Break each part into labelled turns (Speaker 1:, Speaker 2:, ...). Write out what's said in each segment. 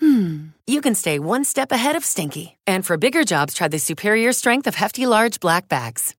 Speaker 1: hmm, you can stay one step ahead of stinky. And for bigger jobs, try the superior strength of Hefty Large Black Bags.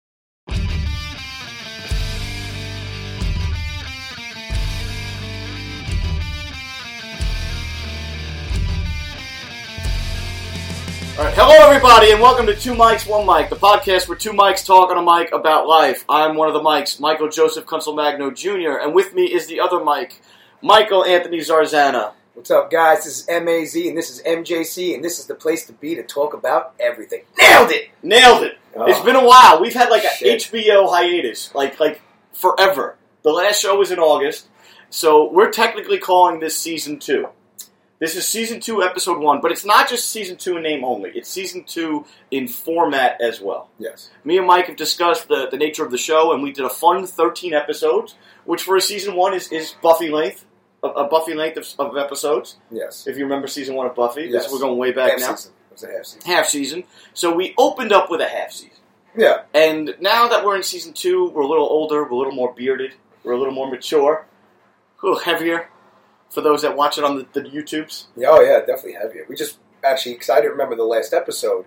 Speaker 2: All right, hello everybody, and welcome to Two Mics, One Mic, the podcast where two mics talk on a mic about life. I'm one of the mics, Michael Joseph Kunzelmagno Jr., and with me is the other mic, Michael Anthony Zarzana.
Speaker 3: What's up, guys? This is MAZ, and this is MJC, and this is the place to be to talk about everything. Nailed it!
Speaker 2: Nailed it!
Speaker 3: Oh.
Speaker 2: It's been a while. We've had like a
Speaker 3: Shit.
Speaker 2: HBO hiatus, like like forever. The last show was in August, so we're technically calling this season two. This is season two, episode one, but it's not just season two in name only. It's season two in format as well.
Speaker 3: Yes.
Speaker 2: Me and Mike have discussed the, the nature of the show, and we did a fun 13 episodes, which for a season one is, is Buffy length, a, a Buffy length of, of episodes.
Speaker 3: Yes.
Speaker 2: If you remember season one of Buffy,
Speaker 3: Yes.
Speaker 2: this, we're going way back
Speaker 3: half
Speaker 2: now.
Speaker 3: season. It was a half season.
Speaker 2: Half season. So we opened up with a half season.
Speaker 3: Yeah.
Speaker 2: And now that we're in season two, we're a little older, we're a little more bearded, we're a little more mature, a little heavier for those that watch it on the, the YouTubes.
Speaker 3: yeah. Oh, yeah, definitely heavier. We just, actually, because I didn't remember the last episode.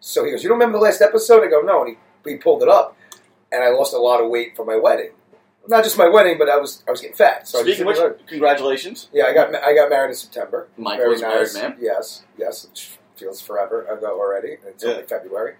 Speaker 3: So he goes, You don't remember the last episode? I go, No, and he, he pulled it up, and I lost a lot of weight for my wedding. Not just my wedding, but I was I was getting fat. So
Speaker 2: Speaking
Speaker 3: I
Speaker 2: of
Speaker 3: just
Speaker 2: which, congratulations.
Speaker 3: Yeah, I got ma- I got married in September.
Speaker 2: Mike
Speaker 3: Very
Speaker 2: was a married
Speaker 3: nice.
Speaker 2: man.
Speaker 3: Yes, yes, which feels forever ago already. It's
Speaker 2: Yeah.
Speaker 3: only February,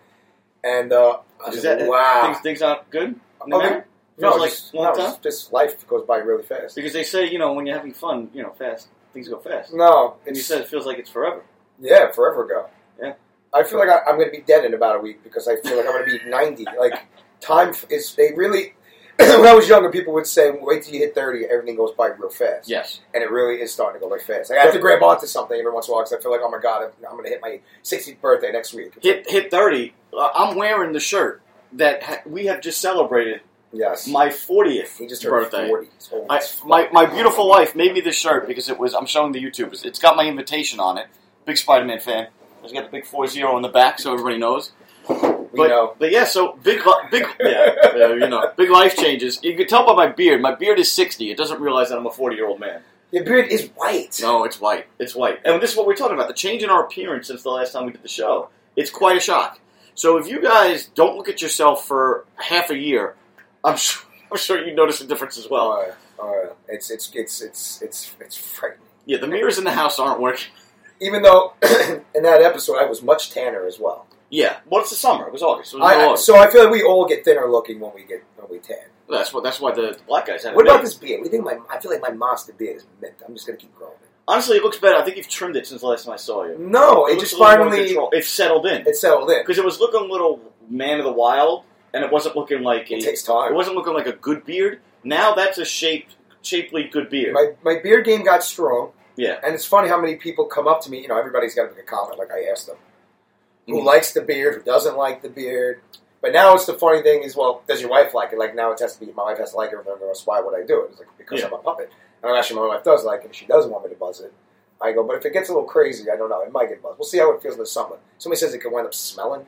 Speaker 3: and uh, I
Speaker 2: Is
Speaker 3: was
Speaker 2: that,
Speaker 3: like, wow.
Speaker 2: Things, things not good? in the
Speaker 3: Okay.
Speaker 2: marriage?
Speaker 3: no,
Speaker 2: Feels like
Speaker 3: just,
Speaker 2: long
Speaker 3: no,
Speaker 2: time?
Speaker 3: just- just life goes by really fast.
Speaker 2: Because they say, you know, when you're having fun, you know, fast things go fast.
Speaker 3: No,
Speaker 2: And you
Speaker 3: it's-
Speaker 2: said it feels like it's forever.
Speaker 3: yeah, forever ago.
Speaker 2: Yeah.
Speaker 3: I feel like I, I'm going to be dead in about a week because I feel like I'm going to be 90. Like time f- is they really. when I was younger, people would say, "Wait till you hit 30, everything goes by real fast."
Speaker 2: Yes.
Speaker 3: and it really is starting to go by fast. Like, I have to grab onto something every once in a while because I feel like, oh my god, I'm- I'm going to hit my 60th birthday next week.
Speaker 2: Hit hit thirty. Uh, I'm wearing the shirt that ha- we have just celebrated
Speaker 3: Yes,
Speaker 2: my fortieth
Speaker 3: he just turned
Speaker 2: birthday.
Speaker 3: 40. He's old
Speaker 2: I,
Speaker 3: as fuck.
Speaker 2: my my beautiful wife made me this shirt because it was. I'm showing the YouTubers. It's got my invitation on it. Big Spider-Man fan. It's got the big four zero in the back, so everybody knows.
Speaker 3: we
Speaker 2: but,
Speaker 3: know.
Speaker 2: But yeah, so big, li- big, yeah, yeah, you know, big life changes. You can tell by my beard. My beard is sixty. It doesn't realize that I'm a forty year old man.
Speaker 3: Your beard is white.
Speaker 2: No, it's white. It's white. And this is what we're talking about the change in our appearance since the last time we did the show. It's quite a shock. So if you guys don't look at yourself for half a year, I'm sure, I'm sure you notice a difference as well.
Speaker 3: Uh, uh, it's it's it's it's it's it's frightening.
Speaker 2: Yeah, the mirrors in the house aren't working.
Speaker 3: Even though in that episode I was much tanner as well.
Speaker 2: Yeah, well, it's the summer. It was August. It was
Speaker 3: I,
Speaker 2: middle
Speaker 3: I-
Speaker 2: August.
Speaker 3: so I feel like we all get thinner looking when we get when we tan.
Speaker 2: that's what. That's why the, the black guys have.
Speaker 3: What
Speaker 2: it
Speaker 3: about
Speaker 2: made.
Speaker 3: this beard? We think my I feel like my monster beard is mint. I'm just gonna keep growing. it.
Speaker 2: Honestly, it looks better. I think you've trimmed it since the last time I saw you.
Speaker 3: No, it
Speaker 2: looks
Speaker 3: just
Speaker 2: a little more in
Speaker 3: finally
Speaker 2: control. It settled in
Speaker 3: it settled in.
Speaker 2: because it was looking a little man of the wild, and it wasn't looking like
Speaker 3: It
Speaker 2: a,
Speaker 3: takes time.
Speaker 2: It wasn't looking like a good beard. Now that's a shaped, shapely good beard.
Speaker 3: My my beard game got strong,
Speaker 2: yeah,
Speaker 3: and it's funny how many people come up to me. You know, everybody's got to make a comment. Like I asked them, who
Speaker 2: Mhm.
Speaker 3: likes the beard, who doesn't like the beard. But now it's the funny thing is, well, does your wife like it? Like now it has to be my wife has to like it. Or else why would I do it? It's like because
Speaker 2: Yeah.
Speaker 3: I'm a puppet. And actually, my wife does like it. She does want me to buzz it. I go, but if it gets a little crazy, I don't know. It might get buzzed. We'll see how it feels in the summer. Somebody says it could wind up smelling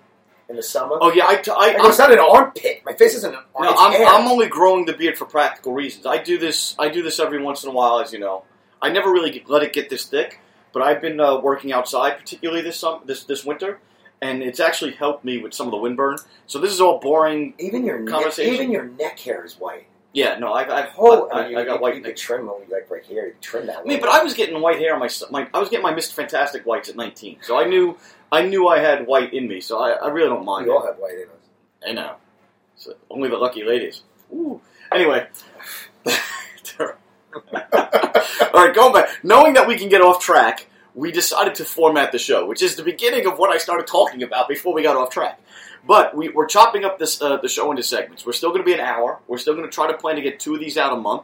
Speaker 3: in the summer.
Speaker 2: Oh yeah, I, t- I,
Speaker 3: I go, it's not an armpit. My face isn't an
Speaker 2: am no,
Speaker 3: armpit.
Speaker 2: I'm, I'm only growing the beard for practical reasons. I do this. I do this every once in a while, as you know. I never really get- let it get this thick, but I've been uh, working outside, particularly this sum- this this winter, and it's actually helped me with some of the windburn. So this is all boring.
Speaker 3: even your neck,
Speaker 2: Conversation.
Speaker 3: even your neck hair is white.
Speaker 2: Yeah, no, I, I,
Speaker 3: Whole, Oh,
Speaker 2: I,
Speaker 3: I, mean,
Speaker 2: I
Speaker 3: you,
Speaker 2: got
Speaker 3: you,
Speaker 2: white.
Speaker 3: You
Speaker 2: neck.
Speaker 3: could trim them, like right here. You could trim that.
Speaker 2: I mean,
Speaker 3: one.
Speaker 2: but I was getting white hair on my, my I was getting my Mr. Fantastic whites at 19, so I knew I knew I had white in me. So I, I really don't mind.
Speaker 3: we
Speaker 2: it.
Speaker 3: all have white in us.
Speaker 2: I know. So only the lucky ladies. Ooh. Anyway. All right, going back. Knowing that we can get off track, we decided to format the show, which is the beginning of what I started talking about before we got off track. But we, we're chopping up this uh, the show into segments. We're still going to be an hour. We're still going to try to plan to get two of these out a month.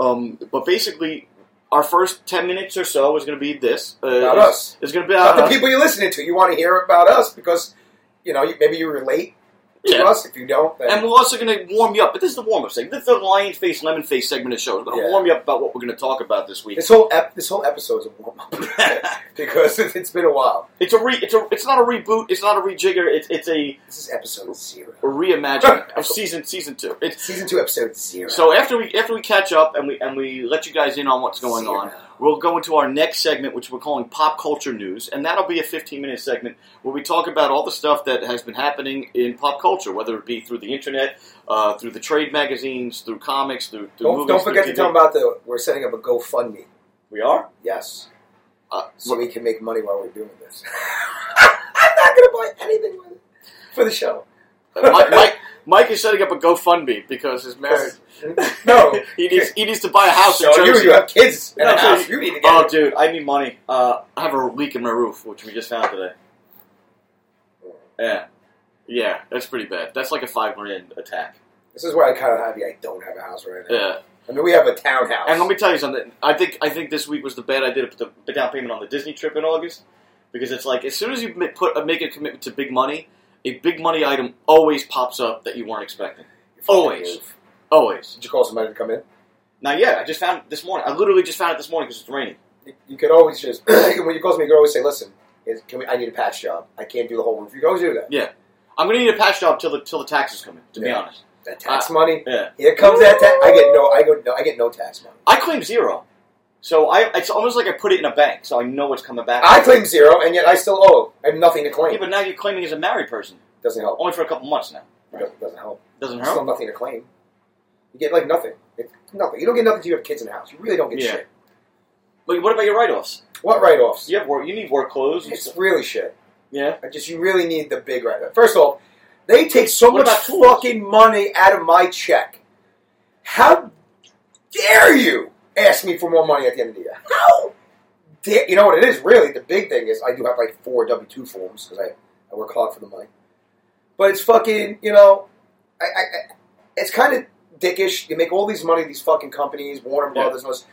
Speaker 2: Um, but basically, our first ten minutes or so is going to be this. Uh,
Speaker 3: About
Speaker 2: is-
Speaker 3: us.
Speaker 2: Is going to be
Speaker 3: Not
Speaker 2: about
Speaker 3: the
Speaker 2: us.
Speaker 3: people you're listening to. You want to hear about us because you know you, maybe you relate
Speaker 2: Yeah.
Speaker 3: to us. If you don't, then
Speaker 2: And we're also going to warm you up. But this is the warm up segment. This is the lion face, lemon face segment of the show. We're going to
Speaker 3: Yeah.
Speaker 2: warm you up about what we're going to talk about this week.
Speaker 3: this whole ep- this whole episode's a warm up because it, it's been a while.
Speaker 2: It's a re. It's a. It's not a reboot. It's not a rejigger. It's it's a,
Speaker 3: This is episode zero,
Speaker 2: a reimagining of season season two. It's
Speaker 3: season two, episode zero.
Speaker 2: so after we after we catch up and we and we let you guys in on what's going
Speaker 3: Zero.
Speaker 2: on, we'll go into our next segment, which we're calling pop culture news, and that'll be a fifteen minute segment where we talk about all the stuff that has been happening in pop culture, whether it be through the internet, uh, through the trade magazines, through comics, through, through
Speaker 3: don't,
Speaker 2: movies.
Speaker 3: don't forget
Speaker 2: through
Speaker 3: to
Speaker 2: TV.
Speaker 3: tell them about the we're setting up a GoFundMe.
Speaker 2: we are.
Speaker 3: Yes,
Speaker 2: Uh,
Speaker 3: so we can make money while we're doing this. I'm not going to buy anything with it for the show.
Speaker 2: Mike, Mike, Mike is setting up a GoFundMe because his marriage.
Speaker 3: no,
Speaker 2: he needs he needs to buy a house
Speaker 3: So
Speaker 2: in
Speaker 3: you,
Speaker 2: Jersey.
Speaker 3: you have kids and
Speaker 2: No,
Speaker 3: a
Speaker 2: so
Speaker 3: house.
Speaker 2: you-
Speaker 3: You need to get
Speaker 2: Oh,
Speaker 3: it.
Speaker 2: dude, I need money. Uh, I have a leak in my roof, which we just found today. Yeah, yeah, that's pretty bad. That's like a five grand attack.
Speaker 3: This is where I kind of happy I don't have a house right now.
Speaker 2: Yeah,
Speaker 3: I mean, we have a townhouse.
Speaker 2: and let me tell you something. I think I think this week was the bad idea to put the, the down payment on the Disney trip in August because it's like as soon as you ma- put uh, make a commitment to big money, a big money item always pops up that you weren't expecting.
Speaker 3: Fucking
Speaker 2: Always,
Speaker 3: move.
Speaker 2: always.
Speaker 3: Did you call somebody to come in?
Speaker 2: Now, yeah, I just found it this morning. I literally just found it this morning because it's raining.
Speaker 3: You, you could always just when you call me, you could always say, "Listen, is, can we, I need a patch job. I can't do the whole roof." You can always do that.
Speaker 2: Yeah, I'm gonna need a patch job till the till the taxes come in. To be
Speaker 3: Yeah.
Speaker 2: honest,
Speaker 3: That tax
Speaker 2: Ah.
Speaker 3: money.
Speaker 2: yeah.
Speaker 3: Here comes that tax. I get no. I go. No, I get no tax money.
Speaker 2: I claim zero. So I it's almost like I put it in a bank, so I know what's coming back.
Speaker 3: I claim zero, and yet I still owe. I have nothing to
Speaker 2: Yeah,
Speaker 3: claim.
Speaker 2: but now you're claiming as a married person,
Speaker 3: doesn't help.
Speaker 2: only for a couple months now.
Speaker 3: Doesn't, doesn't help.
Speaker 2: Doesn't
Speaker 3: There's Still
Speaker 2: hurt.
Speaker 3: nothing to claim. You get like nothing. It's nothing. You don't get nothing till you have kids in the house. You really don't get
Speaker 2: Yeah.
Speaker 3: shit.
Speaker 2: But what about your write-offs?
Speaker 3: What write-offs?
Speaker 2: You have work. You need work clothes. and
Speaker 3: It's
Speaker 2: stuff.
Speaker 3: really shit.
Speaker 2: Yeah.
Speaker 3: I just you really need the big write off. First of all, they take so
Speaker 2: What
Speaker 3: much
Speaker 2: about tools?
Speaker 3: fucking money out of my check. How dare you ask me for more money at the end of the year? How dare you know what it is? Really, the big thing is I do have like four W two forms because I, I work hard for the money. But it's fucking you know, I, I, I it's kind of dickish. You make all these money, these fucking companies, Warner
Speaker 2: Yeah.
Speaker 3: Brothers, and all this.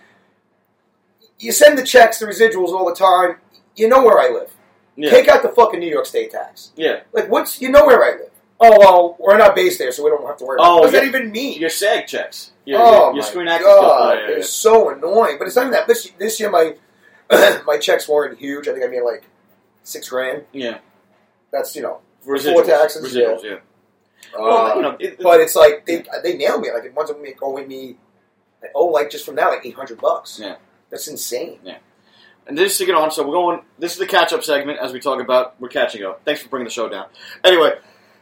Speaker 3: You send the checks, the residuals all the time. You know where I live.
Speaker 2: Yeah.
Speaker 3: Take out the fucking New York state tax.
Speaker 2: yeah.
Speaker 3: Like, what's you know where I live? Oh well, we're not based there, so we don't have to worry. about
Speaker 2: Oh,
Speaker 3: it. What does
Speaker 2: yeah.
Speaker 3: that even mean?
Speaker 2: Your SAG checks. Your,
Speaker 3: oh
Speaker 2: your,
Speaker 3: my
Speaker 2: your screen access.
Speaker 3: god,
Speaker 2: bill. Yeah, yeah, yeah.
Speaker 3: it's so annoying. But it's not even that. This this year, my my checks weren't huge. I think I made like six grand.
Speaker 2: Yeah.
Speaker 3: That's you know,
Speaker 2: Residuals.
Speaker 3: taxes, yeah.
Speaker 2: Residuals. Yeah.
Speaker 3: uh,
Speaker 2: well, you know, it, it-
Speaker 3: but it's like they they nailed me. Like it once me owing me, like, oh, like just from now, like eight hundred bucks.
Speaker 2: Yeah.
Speaker 3: that's insane.
Speaker 2: And this is to get on, so we're going. This is the catch up segment as we talk about. We're catching up. Thanks for bringing the show down. Anyway,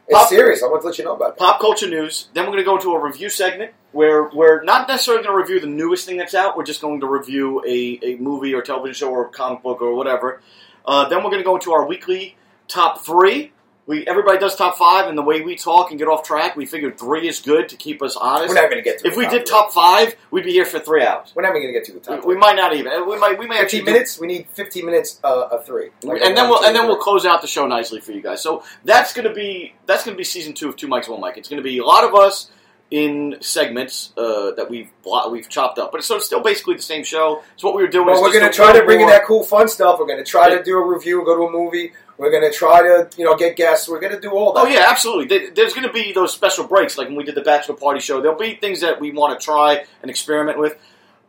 Speaker 3: It's
Speaker 2: Pop-
Speaker 3: serious. I want to let you know about that.
Speaker 2: pop culture news. Then we're going to go into a review segment where we're not necessarily going to review the newest thing that's out. We're just going to review a, a movie or television show or comic book or whatever. Uh, then we're going to go into our weekly top three. We everybody does top five, and the way we talk and get off track, we figured three is good to keep us honest.
Speaker 3: We're not going to get to
Speaker 2: if
Speaker 3: the
Speaker 2: we
Speaker 3: top
Speaker 2: did
Speaker 3: three.
Speaker 2: top five, we'd be here for three hours.
Speaker 3: We're not even going to get to the top.
Speaker 2: We, we might not even. We might. We may
Speaker 3: fifteen
Speaker 2: actually do-
Speaker 3: minutes. We need fifteen minutes uh, of three, Like,
Speaker 2: and
Speaker 3: I'm
Speaker 2: then we'll and
Speaker 3: doing
Speaker 2: then we'll
Speaker 3: it.
Speaker 2: close out the show nicely for you guys. So that's gonna be that's gonna be season two of Two Mics One Mic. It's gonna be a lot of us in segments uh, that we've blo- we've chopped up, but so it's still basically the same show. It's what we were doing.
Speaker 3: Well,
Speaker 2: It's
Speaker 3: we're
Speaker 2: just
Speaker 3: going
Speaker 2: a
Speaker 3: to try to
Speaker 2: little
Speaker 3: bring in
Speaker 2: more-
Speaker 3: that cool, fun stuff. We're going to try
Speaker 2: Yeah.
Speaker 3: to do a review, go to a movie. We're going to try to, you know, get guests. We're going to do all that.
Speaker 2: Oh yeah, absolutely. There- There's going to be those special breaks, like when we did the bachelor party show. There'll be things that we want to try and experiment with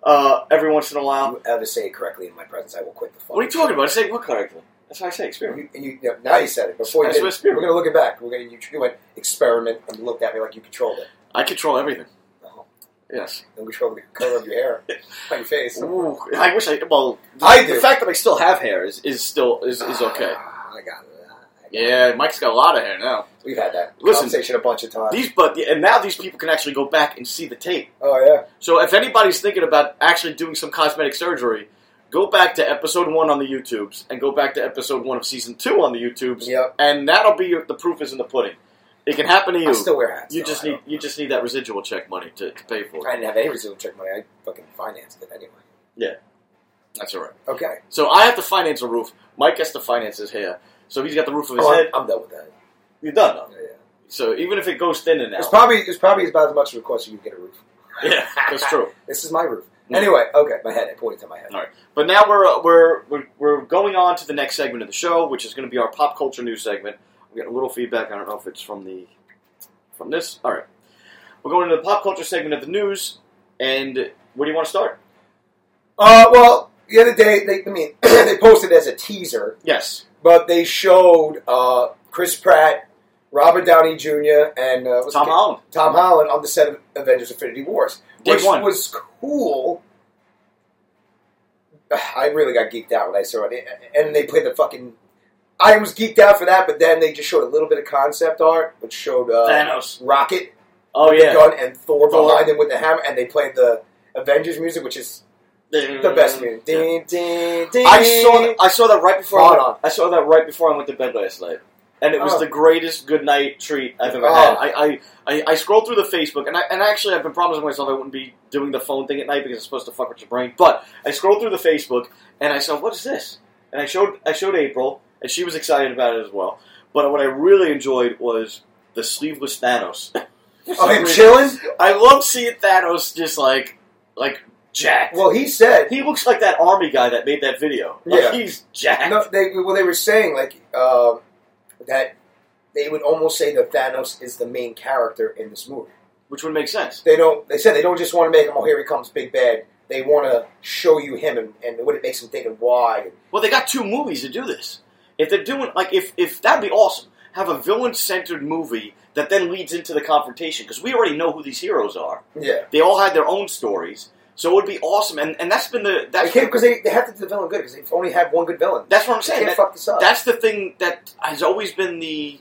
Speaker 2: uh, every once in a
Speaker 3: If
Speaker 2: while.
Speaker 3: you ever say it correctly in my presence, I will quit the phone.
Speaker 2: What are you talking about? I say what correctly? That's how I say experiment.
Speaker 3: You, you, yeah, now you said it. Before you
Speaker 2: That's
Speaker 3: did,
Speaker 2: what it's
Speaker 3: we're going to look it back. We're going to you, you went experiment and looked at me like you controlled it. Uh-huh.
Speaker 2: I control everything.
Speaker 3: No.
Speaker 2: Yes.
Speaker 3: And control the color of your hair on your face.
Speaker 2: Ooh, I wish I. Well, the,
Speaker 3: I do.
Speaker 2: the fact that I still have hair is, is still is, is okay.
Speaker 3: Ah, I got it.
Speaker 2: Yeah, Mike's got a lot of hair now.
Speaker 3: We've had that
Speaker 2: Listen,
Speaker 3: conversation a bunch of times.
Speaker 2: These, but and now these people can actually go back and see the tape.
Speaker 3: oh yeah,
Speaker 2: So if anybody's thinking about actually doing some cosmetic surgery, go back to episode one on the YouTubes and go back to episode one of season two on the YouTubes.
Speaker 3: Yep.
Speaker 2: And that'll be your, the proof is in the pudding. It can happen to you.
Speaker 3: I still wear hats.
Speaker 2: you
Speaker 3: though.
Speaker 2: just
Speaker 3: I
Speaker 2: need
Speaker 3: don't-
Speaker 2: you just need that residual check money to, to pay for
Speaker 3: I
Speaker 2: it.
Speaker 3: didn't have any residual check money. I fucking financed it anyway.
Speaker 2: That's all right.
Speaker 3: Okay.
Speaker 2: So I have to finance a roof. Mike has to finance his hair. So he's got the roof of his
Speaker 3: Oh, I'm,
Speaker 2: head.
Speaker 3: I'm done with that.
Speaker 2: You're done though.
Speaker 3: Yeah.
Speaker 2: So even if it goes thin in now,
Speaker 3: It's probably it's probably about as much as it costs you to get a roof.
Speaker 2: yeah, that's true.
Speaker 3: This is my roof.
Speaker 2: Yeah.
Speaker 3: Anyway, okay, my head. I pointed to my head.
Speaker 2: All right, but now we're uh, we're we're, we're going on to the next segment of the show, which is going to be our pop culture news segment. We got a little feedback. I don't know if it's from the from this? All right. We're going to the pop culture segment of the news, and where do you want to start?
Speaker 3: Uh, well, the other day, they, I mean, they posted as a teaser,
Speaker 2: Yes.
Speaker 3: but they showed uh, Chris Pratt, Robert Downey Jr., and uh, what's
Speaker 2: Tom
Speaker 3: the-
Speaker 2: Holland.
Speaker 3: Tom Holland on the set of Avengers: Infinity Wars,
Speaker 2: Day
Speaker 3: which
Speaker 2: one.
Speaker 3: was cool. I really got geeked out when I saw it, and they played the fucking. I was geeked out for that, but then they just showed a little bit of concept art, which showed uh,
Speaker 2: Thanos.
Speaker 3: Rocket,
Speaker 2: Oh,
Speaker 3: the
Speaker 2: yeah.
Speaker 3: gun, and Thor,
Speaker 2: Thor.
Speaker 3: behind him with the hammer, and they played the Avengers music, which is the best music. Ding, ding, ding.
Speaker 2: I saw that, I saw that right before I,
Speaker 3: Hold
Speaker 2: went,
Speaker 3: on.
Speaker 2: I saw that right before I went to bed last night, and it was
Speaker 3: Oh.
Speaker 2: the greatest good night treat I've ever
Speaker 3: Oh.
Speaker 2: had. I, I, I, I scrolled through the Facebook, and I and actually I've been promising myself I wouldn't be doing the phone thing at night because it's supposed to fuck with your brain. But I scrolled through the Facebook, and I said, "What is this?" And I showed I showed April, and she was excited about it as well. But what I really enjoyed was the sleeveless Thanos.
Speaker 3: Oh, him chilling.
Speaker 2: I love seeing Thanos just like like jacked.
Speaker 3: Well, he said
Speaker 2: He looks like that army guy that made that video. Like,
Speaker 3: Yeah.
Speaker 2: he's jacked.
Speaker 3: No, they well, they were saying like um that they would almost say that Thanos is the main character in this movie.
Speaker 2: Which would make sense.
Speaker 3: They don't. They said they don't just want to make him. Oh, here he comes, big bad. They want to show you him and, and what it makes him think and why.
Speaker 2: Well, they got two movies to do this. If they're doing like if if that'd be awesome. Have a villain centered movie that then leads into the confrontation because we already know who these heroes are.
Speaker 3: Yeah,
Speaker 2: They all had their own stories, so it would be awesome. And and that's been the
Speaker 3: they
Speaker 2: that's
Speaker 3: can't because they, they have to do the villain good because they've only had one good villain.
Speaker 2: that's what I'm
Speaker 3: They
Speaker 2: saying.
Speaker 3: can't
Speaker 2: That-
Speaker 3: fuck this up.
Speaker 2: That's the thing that has always been the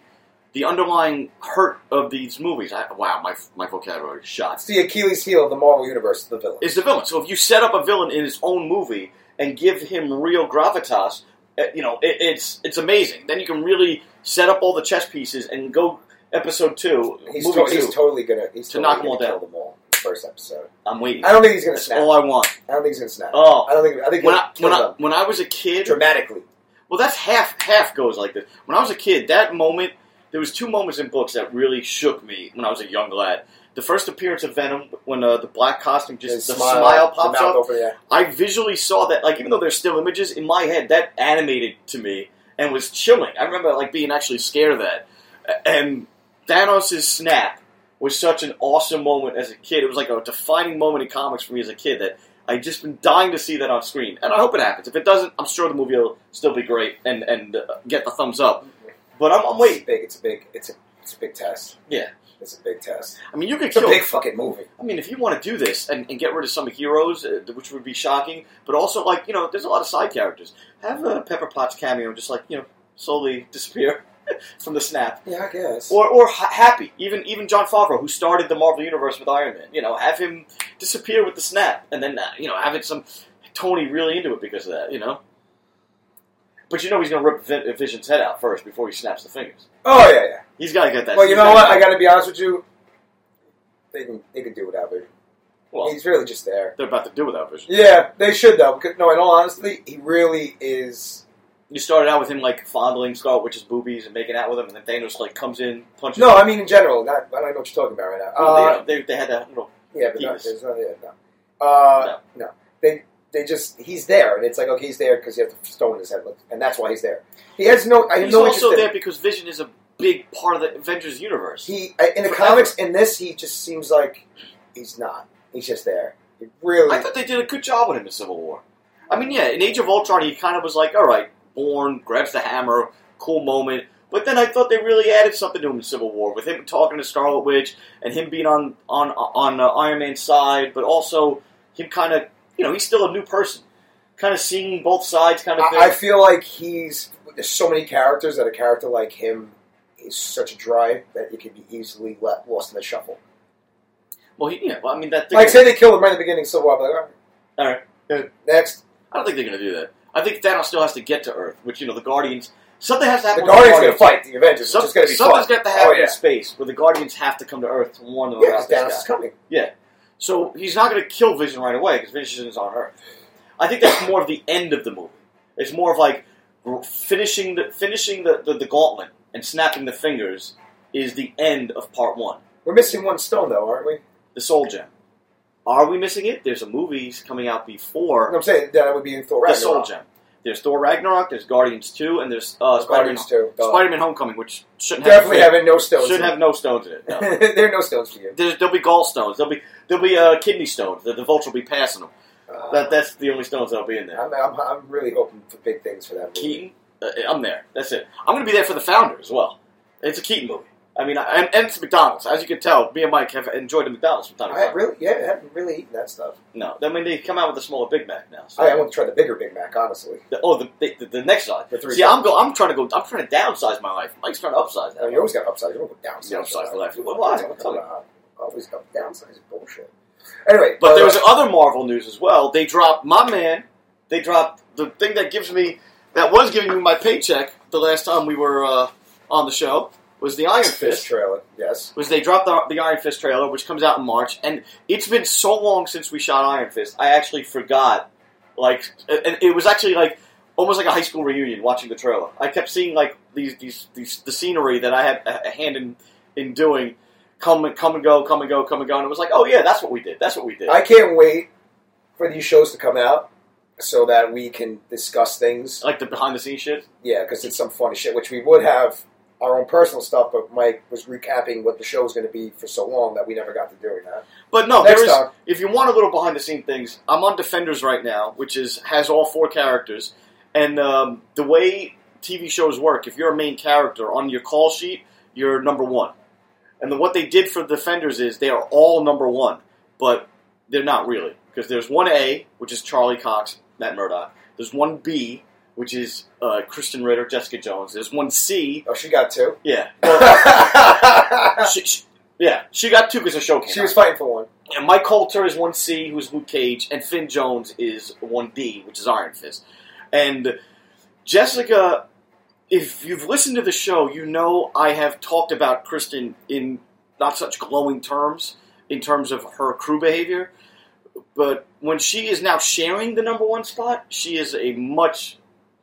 Speaker 2: the underlying hurt of these movies. I, wow, my my vocabulary is shot.
Speaker 3: It's the Achilles heel of the Marvel universe. The villain.
Speaker 2: is the villain. So if you set up a villain in his own movie and give him real gravitas, uh, you know it, it's it's amazing. Then you can really set up all the chess pieces and go episode two,
Speaker 3: he's,
Speaker 2: movie
Speaker 3: to-
Speaker 2: 2
Speaker 3: he's totally gonna he's
Speaker 2: To
Speaker 3: totally
Speaker 2: knock 'em
Speaker 3: gonna
Speaker 2: all down.
Speaker 3: kill them all. First episode.
Speaker 2: I'm waiting.
Speaker 3: I don't think he's gonna
Speaker 2: That's
Speaker 3: snap.
Speaker 2: all I want.
Speaker 3: I don't think he's gonna snap.
Speaker 2: Oh.
Speaker 3: I don't think. I think
Speaker 2: When
Speaker 3: he'll
Speaker 2: I,
Speaker 3: kill
Speaker 2: when I
Speaker 3: them
Speaker 2: when I was a kid,
Speaker 3: dramatically.
Speaker 2: well, that's half half goes like this. When I was a kid, that moment there was two moments in books that really shook me when I was a young lad. The first appearance of Venom when uh, the black costume just
Speaker 3: His
Speaker 2: the smile
Speaker 3: the
Speaker 2: pops
Speaker 3: mouth
Speaker 2: up.
Speaker 3: Over, yeah.
Speaker 2: I visually saw that, like, even though there's still images in my head, that animated to me and was chilling. I remember, like, being actually scared of that. A- And Thanos' snap was such an awesome moment as a kid. It was like a defining moment in comics for me as a kid that I've just been dying to see that on screen. And I hope it happens. If it doesn't, I'm sure the movie will still be great and, and uh, get the thumbs up. But I'm, I'm
Speaker 3: It's
Speaker 2: waiting.
Speaker 3: big. It's a big. It's a it's a big test.
Speaker 2: Yeah.
Speaker 3: It's a big test.
Speaker 2: I mean, you could
Speaker 3: It's a
Speaker 2: kill
Speaker 3: big fucking movie.
Speaker 2: I mean, if you want to do this and, and get rid of some heroes, uh, which would be shocking, but also like you know, there's a lot of side characters. Have a Pepper Potts cameo, just like you know, slowly disappear from the snap,
Speaker 3: Yeah, I guess.
Speaker 2: or or ha- Happy, even even John Favreau, who started the Marvel Universe with Iron Man. You know, have him disappear with the snap, and then uh, you know, have it some Tony really into it because of that. You know, but you know he's going to rip Vi- Vision's head out first before he snaps the fingers.
Speaker 3: oh yeah, yeah.
Speaker 2: He's got to get that.
Speaker 3: Well, you
Speaker 2: he's
Speaker 3: know
Speaker 2: gotta
Speaker 3: what? I
Speaker 2: get-
Speaker 3: got to be honest with you. They can they can do without Vision.
Speaker 2: Well,
Speaker 3: He's really just there.
Speaker 2: they're about to do without Vision.
Speaker 3: Yeah, they should though. Because, no, in all honesty, he really is.
Speaker 2: You started out with him like fondling Scarlet Witch's boobies and making out with him, and then Thanos like comes in, punches.
Speaker 3: No,
Speaker 2: him.
Speaker 3: I mean in general. Not, I don't know what you're talking about right now.
Speaker 2: Well,
Speaker 3: Uh,
Speaker 2: they, they, they had that. You know,
Speaker 3: Yeah, but no,
Speaker 2: Penis.
Speaker 3: there's not, yeah, no. Uh, no. They they just he's there, and it's like okay, he's there because you have to stone in his head, like, and that's why he's there. He has no. I have
Speaker 2: he's
Speaker 3: no interest
Speaker 2: also
Speaker 3: in-
Speaker 2: there because Vision is a big part of the Avengers universe.
Speaker 3: He I- in the
Speaker 2: Forever.
Speaker 3: comics in this he just seems like he's not. He's just there. He really.
Speaker 2: I thought they did a good job with him in Civil War. I mean, yeah, in Age of Ultron, he kind of was like, all right, born, grabs the hammer, cool moment. But then I thought they really added something to him in Civil War with him talking to Scarlet Witch and him being on on on uh, Iron Man's side, but also him kind of you know he's still a new person, kind of seeing both sides, kind of. thing.
Speaker 3: I, I feel like he's. There's so many characters that a character like him is such a drive that it could be easily le lost in the shuffle.
Speaker 2: Well, he, yeah, well, I mean that. Thing,
Speaker 3: Like say they kill him right at the beginning, so I'm like, all
Speaker 2: all right.
Speaker 3: right, next.
Speaker 2: I don't think they're going to do that. I think Thanos still has to get to Earth, which you know the Guardians. Something has to
Speaker 3: The
Speaker 2: happen. with
Speaker 3: Guardians gonna fight the Avengers,
Speaker 2: Some,
Speaker 3: which is gonna be
Speaker 2: something's
Speaker 3: fun.
Speaker 2: got to happen
Speaker 3: Oh, yeah.
Speaker 2: in space where the Guardians have to come to Earth to warn them
Speaker 3: Yeah,
Speaker 2: about
Speaker 3: 'cause
Speaker 2: this
Speaker 3: Thanos
Speaker 2: guy.
Speaker 3: is coming.
Speaker 2: Yeah. So he's not going to kill Vision right away because Vision is on Earth. I think that's more of the end of the movie. It's more of like finishing the finishing the, the, the gauntlet and snapping the fingers is the end of part one.
Speaker 3: We're missing one stone, though, aren't we? You
Speaker 2: The Soul Gem. Are we missing it? There's a movie coming out
Speaker 3: know
Speaker 2: before
Speaker 3: what I'm saying that would be in Thor
Speaker 2: the
Speaker 3: Ragnarok.
Speaker 2: Soul Gem. There's Thor Ragnarok, there's Guardians 2, and there's uh, Spider-Man,
Speaker 3: Guardians 2, duh.
Speaker 2: Spider-Man Homecoming, which shouldn't
Speaker 3: Definitely
Speaker 2: have,
Speaker 3: having no stones.
Speaker 2: should have no stones in it. No.
Speaker 3: there are no stones for you.
Speaker 2: There's, there'll be gallstones. There'll be there'll be uh, kidney stones. The, the vulture will be passing them.
Speaker 3: Uh,
Speaker 2: That that's the only stones that'll be in there.
Speaker 3: I'm, I'm, I'm really hoping for big things for that movie.
Speaker 2: Keaton, uh, I'm there. That's it. I'm going to be there for the founder as well. It's a Keaton movie. I mean, I, and, and it's McDonald's. As you can tell, me and Mike have enjoyed the McDonald's from time to
Speaker 3: I
Speaker 2: time.
Speaker 3: really, yeah, I haven't really eaten that stuff.
Speaker 2: No, I mean they come out with a smaller Big Mac now. So.
Speaker 3: I, I want to try the bigger Big Mac, honestly.
Speaker 2: The- oh, the, the the next size.
Speaker 3: The three
Speaker 2: See,
Speaker 3: size.
Speaker 2: I'm go. I'm trying to go. I'm trying to downsize my life. Mike's trying to upsize
Speaker 3: I mean,
Speaker 2: that.
Speaker 3: you always got to upsize. You don't go downsize.
Speaker 2: Yeah, upsize the left. Well, why? Tell
Speaker 3: Come
Speaker 2: me.
Speaker 3: on. Always go downsize is bullshit. Anyway,
Speaker 2: But there was
Speaker 3: uh,
Speaker 2: other Marvel news as well. They dropped my man. They dropped the thing that gives me that was giving me my paycheck the last time we were uh, on the show was the Iron
Speaker 3: fish
Speaker 2: Fist.
Speaker 3: trailer. Yes,
Speaker 2: Was they dropped the, the Iron Fist trailer, which comes out in March, and it's been so long since we shot Iron Fist. I actually forgot. Like, and it was actually like almost like a high school reunion watching the trailer. I kept seeing like these these, these the scenery that I had a a hand in in doing. Come and come and go, come and go, come and go, and it was like, oh yeah, that's what we did. That's what we did.
Speaker 3: I can't wait for these shows to come out so that we can discuss things.
Speaker 2: like the behind the scenes shit.
Speaker 3: Yeah, because it's some funny shit, which we would have our own personal stuff. But Mike was recapping what the show was going to be for so long that we never got to doing that.
Speaker 2: But no,
Speaker 3: Next
Speaker 2: there is.
Speaker 3: time.
Speaker 2: If you want a little behind the scene things, I'm on Defenders right now, which is has all four characters, and um, the way TV shows work, if you're a main character on your call sheet, you're number one. And then what they did for Defenders is they are all number one, but they're not really because there's one A, which is Charlie Cox, Matt Murdock. There's one B, which is uh, Kristen Ritter, Jessica Jones. There's one C,
Speaker 3: Oh, she got two.
Speaker 2: yeah, well, she, she- yeah, she got two because the show came.
Speaker 3: she
Speaker 2: out.
Speaker 3: was fighting for one.
Speaker 2: And Mike Coulter is 1C, who's Luke Cage, and Finn Jones is 1D, which is Iron Fist. And Jessica, if you've listened to the show, you know I have talked about Kristen in not such glowing terms, in terms of her crew behavior. But when she is now sharing the number one spot, she is a much